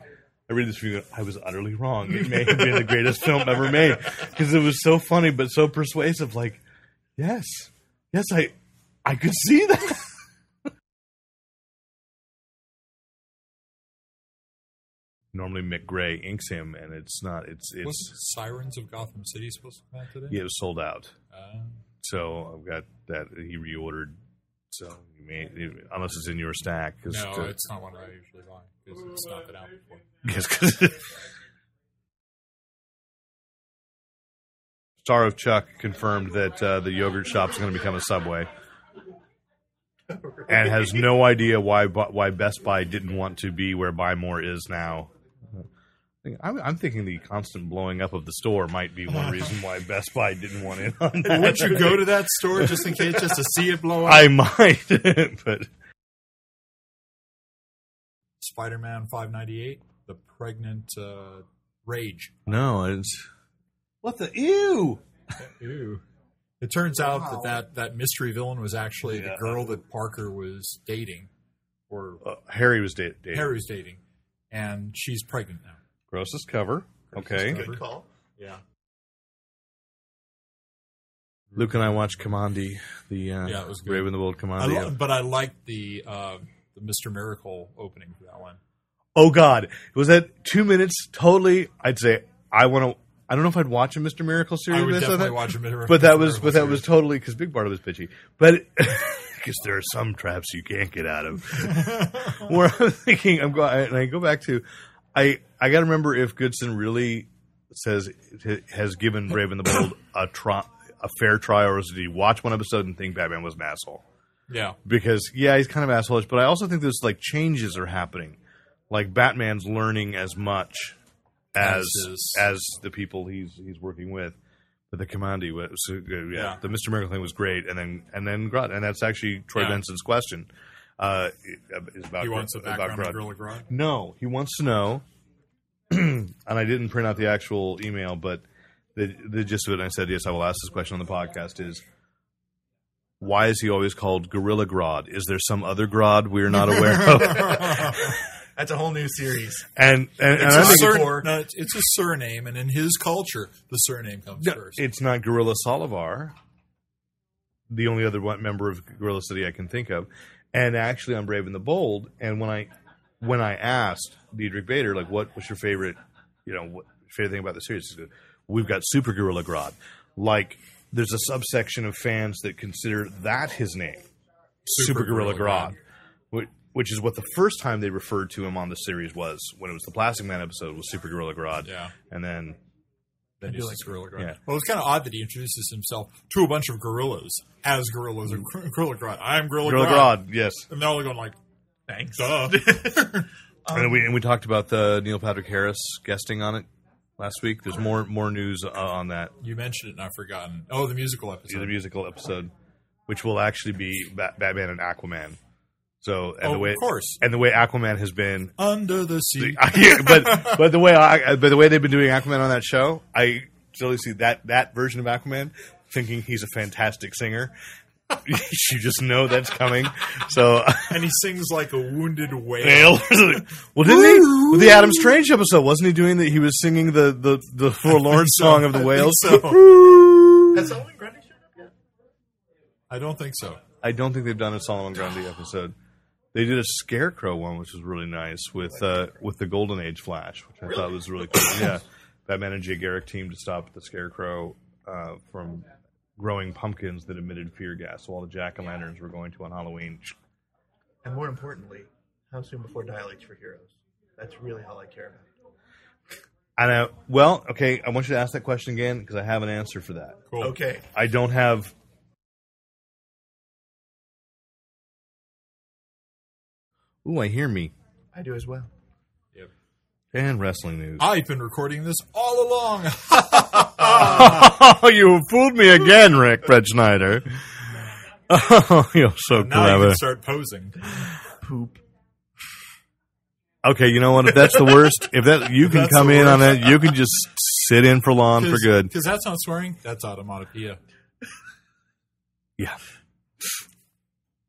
I read this review. and I was utterly wrong. It may have been the greatest film ever made because it was so funny but so persuasive. Like, yes, yes, I, I could see that. Normally, Mick Gray inks him, and it's not. It's it's
Wasn't Sirens of Gotham City supposed to come out today?
yeah, it was sold out.
Uh,
So I've got that he reordered. So you may unless it's in your stack because
no, it's not one I usually buy because it's not been out before.
Star of Chuck confirmed that uh, the yogurt shop is going to become a Subway, and has no idea why Bu- why Best Buy didn't want to be where Buy More is now. I'm, I'm thinking the constant blowing up of the store might be one reason why Best Buy didn't want in on that.
Would you go to that store just in case, just to see it blow up?
I might, but
Spider Man 598, the pregnant uh, rage.
no, it's what the ew.
Ew. It turns out that, that that mystery villain was actually the girl that Parker was dating, or
Uh, Harry was da- dating.
Harry was dating, and she's pregnant now.
Grossest cover. Okay.
Good
call.
Yeah.
Luke and I watched Commandi, the uh,
Yeah, it was good.
Brave and the Bold
I
Commandi.
lo- but I liked the uh, the Mr. Miracle opening for that one.
oh God, was that two minutes? Totally, I'd say I want to. I don't know if I'd watch a Mr. Miracle series.
I would
based on
definitely
that,
watch a Mr.
But that was,
Miracle
but that was
series.
totally because Big Bardo was bitchy. But because there are some traps you can't get out of. Where I'm thinking, I'm going, and I go back to, I I got to remember if Goodson really says has given Brave and the Bold a try, a fair try, or did he watch one episode and think Batman was an asshole?
Yeah.
because yeah, he's kind of assholeish, but I also think there's like changes are happening. Like Batman's learning as much as
As his-
as the people he's he's working with. But the Commandi was so good, yeah,
Yeah.
The Mister Miracle thing was great, and then and then Grodd, and that's actually Troy
Yeah.
Benson's question. Uh, is about
He wants a
about
background
Grodd.
on Gorilla Grodd.
No, he wants to know, and I didn't print out the actual email, but the the gist of it. And I said, yes, I will ask this question on the podcast: is why is he always called Gorilla Grodd? Is there some other Grodd we're not aware of?
That's a whole new series.
and and, and
It's
I
a,
think
sur- no, it's, it's a surname, and in his culture, the surname comes
No,
first.
it's not Gorilla Salivar. the only other one member of Gorilla City I can think of, and actually on Brave and the Bold. And when I when I asked Diedrich Bader, like, what was your favorite, you know, what, favorite thing about the series? He said, We've got Super Gorilla Grodd. Like, there's a subsection of fans that consider that his name, Super, Gorilla, Grodd, which, which is what the first time they referred to him on the series was when it was the Plastic Man episode was Super Gorilla Grodd.
Yeah.
and then
I do like Gorilla Grodd.
Yeah.
Well, it's kind of odd that he introduces himself to a bunch of gorillas as gorillas and Gorilla Grodd. I'm Gorilla,
Gorilla
Grodd.
Grodd, yes.
And they're all going like, thanks.
and we and we talked about the Neil Patrick Harris guesting on it last week. There's more more news uh, on that
you mentioned it and I've forgotten. Oh, the musical
the
episode.
musical episode, which will actually be Bat- Batman and Aquaman. So and
Oh,
the way
of course.
and the way Aquaman has been,
Under the sea.
Yeah, but but the way I, but the way they've been doing Aquaman on that show, I totally see that that version of Aquaman thinking he's a fantastic singer. you just know that's coming. So
and he sings like a wounded whale.
Dale. well, didn't he? With the Adam Strange episode, wasn't he doing that? He was singing the the the forlorn song of the whales.
Has Solomon Grundy showed up yet? I don't think so.
I don't think they've done a Solomon Grundy episode. They did a Scarecrow one, which was really nice with uh, with the Golden Age Flash, which I thought was really cool. yeah, Batman and Jay Garrick teamed to stop the Scarecrow uh, from growing pumpkins that emitted fear gas. So all the jack o' lanterns were going to on Halloween.
And more importantly, how soon before dilates for heroes? That's really all I care about.
And I, well, okay, I want you to ask that question again because I have an answer for that.
Cool.
Okay.
I don't have Ooh, I hear me.
I do as well.
And wrestling news.
I've been recording this all along.
Oh, you fooled me again, Rick Fred Schneider. Oh, you're so
now you
clever.
can start posing.
Okay, you know what? If that's the worst, if that you can
that's
come
the
in on it, you can just sit in for long for good.
Because that's not swearing. That's automatopoeia.
Yeah.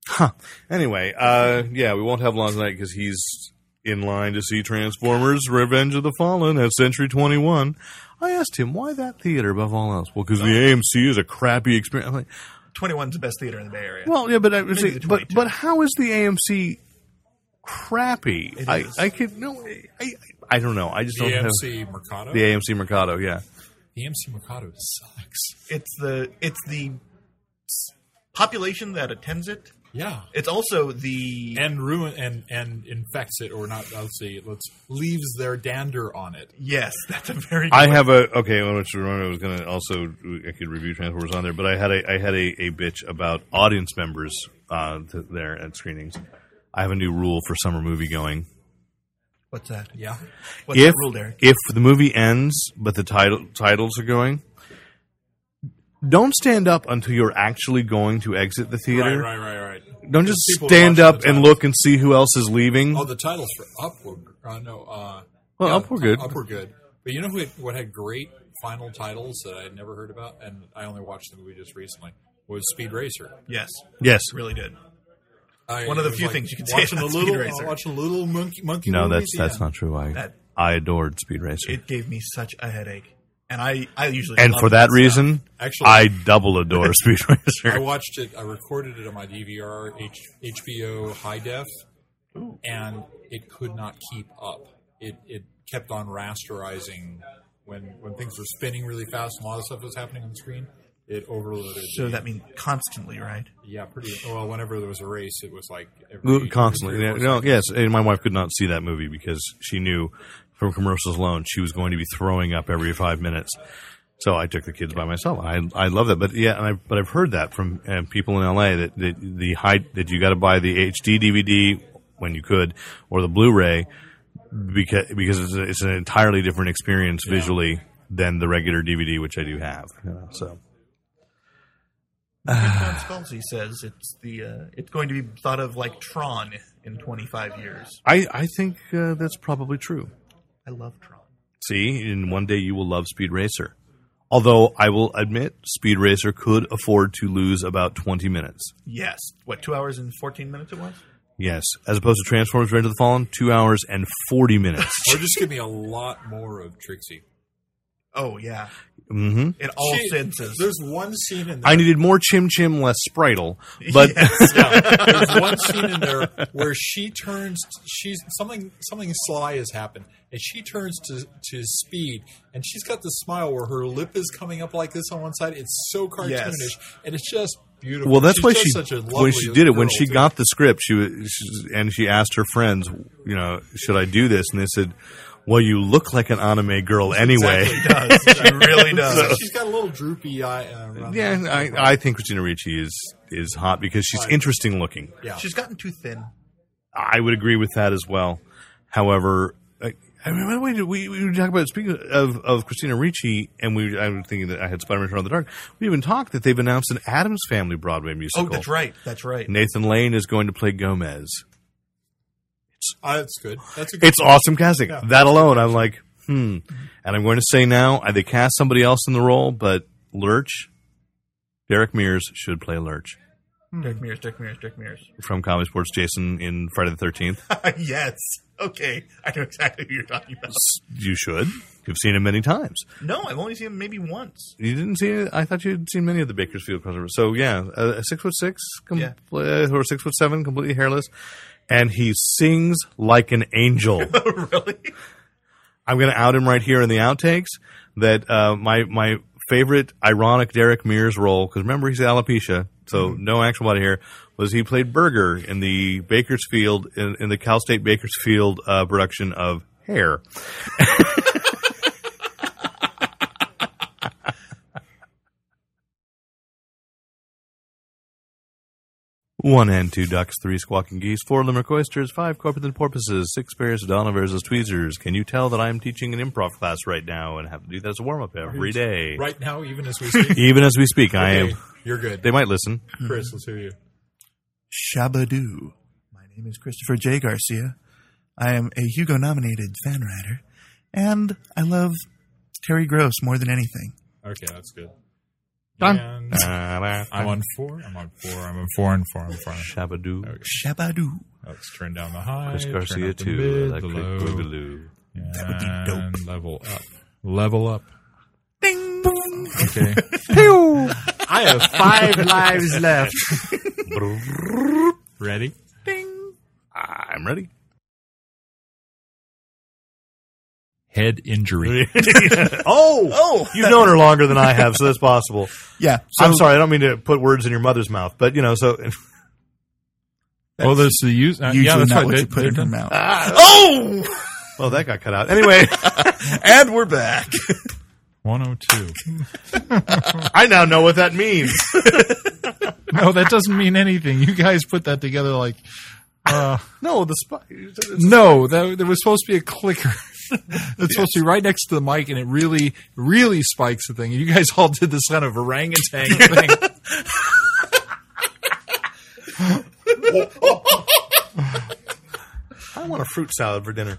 Huh. Anyway, uh, yeah, we won't have long tonight because he's in line to see Transformers: Revenge of the Fallen at Century 21. I asked him why that theater above all else. Well, because the AMC is a crappy experience. I'm like,
21's the best theater in the Bay Area.
well, yeah, but I, see,
the
but
22.
but how is the AMC crappy? I
is.
I could no, I, I I don't know. I just
The
don't have
AMC Mercado.
the AMC Mercado. Yeah,
The AMC Mercado sucks.
it's the it's the s- population that attends it.
Yeah.
It's also the
And ruin and and infects it, or not? Let's see. Let's leaves their dander on it.
yes, that's a very good
I have a okay. Well, which I was going to also I could review Transformers on there, but I had a I had a, a bitch about audience members uh, th- there at screenings. I have a new rule for summer movie going.
what's that?
Yeah.
What's
if
that rule, Derek?
if the movie ends but the title titles are going, don't stand up until you're actually going to exit the
Right.
theater.
Right. Right. Right.
Don't just
People
stand
watching
up
the
and
titles.
look and see who else is leaving.
Oh, the titles for Up were uh, no. Uh,
Well, Up were good.
Up were good. But you know who had, what had great final titles that I had never heard about, and I only watched the movie just recently was Speed Racer.
Yes,
yes.
really good.
I,
One of the
it was
few things you can say
watching
about
a
Speed
little,
Racer.
uh, watching a little monkey. monkey
No,
movie
that's
at the
that's
end.
not true. I
That-
I adored Speed Racer,
It gave me such a headache, and I I usually
and
love
for that
stuff.
reason,
Actually-
I double adore Speed
I
Racer.
watched it. I recorded it on my DVR, H, HBO high def, and it could not keep up. It it kept on rasterizing when when things were spinning really fast and a lot of stuff was happening on the screen. It overloaded.
So that means constantly, right?
yeah, pretty well. Whenever there was a race, it was like every- every
Ooh, Constantly,
three
Yeah,
or four
no,
seconds.
yes. And my wife could not see that movie because she knew from commercials alone she was going to be throwing up every five minutes. So I took the kids by myself. and I I love that, but yeah, and I but I've heard that from uh, people in LA that, that the high that you got to buy the HD DVD when you could or the Blu-ray because because it's, a, it's an entirely different experience visually than the regular DVD, which I do have. You know, so
John Scalzi says it's the uh, it's going to be thought of like Tron in 25 years.
I I think uh, that's probably true.
I love Tron.
See, and one day you will love Speed Racer. Although I will admit, Speed Racer could afford to lose about twenty minutes.
Yes, what two hours and 14 minutes it was?
Yes, as opposed to Transformers: Revenge of the Fallen, two hours and forty minutes.
Or just give me a lot more of Trixie.
Oh yeah,
Mm-hmm.
in all
She-
senses.
There's one scene in there.
I needed more Chim Chim, less Spritel. But
there's one scene in there where she turns. She's something. Something sly has happened, and she turns to to Speed, and she's got this smile where her lip is coming up like this on one side. It's so cartoonish, and it's just beautiful.
well, that's
She's
why
just
she
such a
when she
lovely
did it when
girl,
she
too.
got the script she was she, and she asked her friends, you know, should I do this? And they said, well, you look like an anime girl anyway.
does. She really does.
She's got a little droopy eye. Uh, around
Yeah,
the-
and I, I think Christina Ricci is is hot because she's interesting looking.
yeah.
She's gotten too thin.
I would agree with that as well. However, I, I mean, by the way, did we, we were talking about speaking of, of Christina Ricci, and we I was thinking that I had Spider Man Turn the Dark. We even talked that they've announced an Adams Family Broadway musical.
Oh, that's right. That's right.
Nathan Lane is going to play Gomez.
Ah, that's good. That's a good.
It's awesome casting. That alone, I'm like, hmm. And I'm going to say now, I they cast somebody else in the role, but Lurch, Derek Mears should play Lurch
Dirk Mears, Dirk Mears, Dirk Mears.
from Comedy Sports Jason in Friday the Thirteenth.
yes. Okay. I know exactly who you're talking about.
You should. You've seen him many times.
No, I've only seen him maybe once.
You didn't see it. I thought you'd seen many of the Bakersfield crossovers. So yeah, a a six foot six, com-
Yeah.
uh, or six foot seven, completely hairless, and he sings like an angel.
Oh, really?
I'm going to out him right here in the outtakes. That uh, my my favorite ironic Derek Mears role because remember he's alopecia, so no actual body hair. Was he played Burger in the Bakersfield in, in the Cal State Bakersfield uh, production of Hair? One and two ducks, three squawking geese, four limerick oysters, five corpulent porpoises, six pairs of donovers as tweezers. Can you tell that I am teaching an improv class right now and have to do that as a warm up every day?
Right now, even as we speak,
Even as we speak, I
Okay,
am.
You're good,
They might listen.
Chris. Let's hear you.
Shabadoo. My name is Christopher J. Garcia. I am a Hugo nominated fan writer, and I love Terry Gross more than anything.
Okay, that's good.
Done.
And I'm
I'm
on four. I'm on four. I'm on four and four. I'm four.
Shabadoo.
Okay.
Shabadoo.
Let's turn down the high.
Chris
turn
Garcia
up the
too.
mid,
Like
the
quick
low,
boogaloo.
That
would be dope.
Level up. Level up.
Ding!
Okay.
I have five lives left.
Ready?
I'm ready.
Head injury.
Oh, oh! You've known her longer than I have, so that's possible.
Yeah.
I'm sorry, I don't mean to put words in your mother's mouth, but you know, so
oh, that's the use. Uh,
Usually
yeah, that's
not
right.
what
They-
you put
they're
in your
done.
mouth.
well, that got cut out. Anyway, oh
and we're back.
102.
I now know what that means.
no, that doesn't mean anything. You guys put that together like. Uh,
No, the spy.
no, that, there was supposed to be a clicker. It's supposed to be right next to the mic, and it really, really spikes the thing. You guys all did this kind of orangutan thing.
I want a fruit salad for dinner.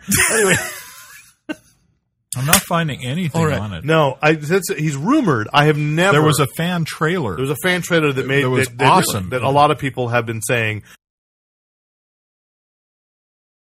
I'm not finding anything on it.
No, I, that's, he's rumored. I have never.
There was a fan trailer.
there was a fan trailer that made
that was
that, that-
awesome.
that a lot of people have been saying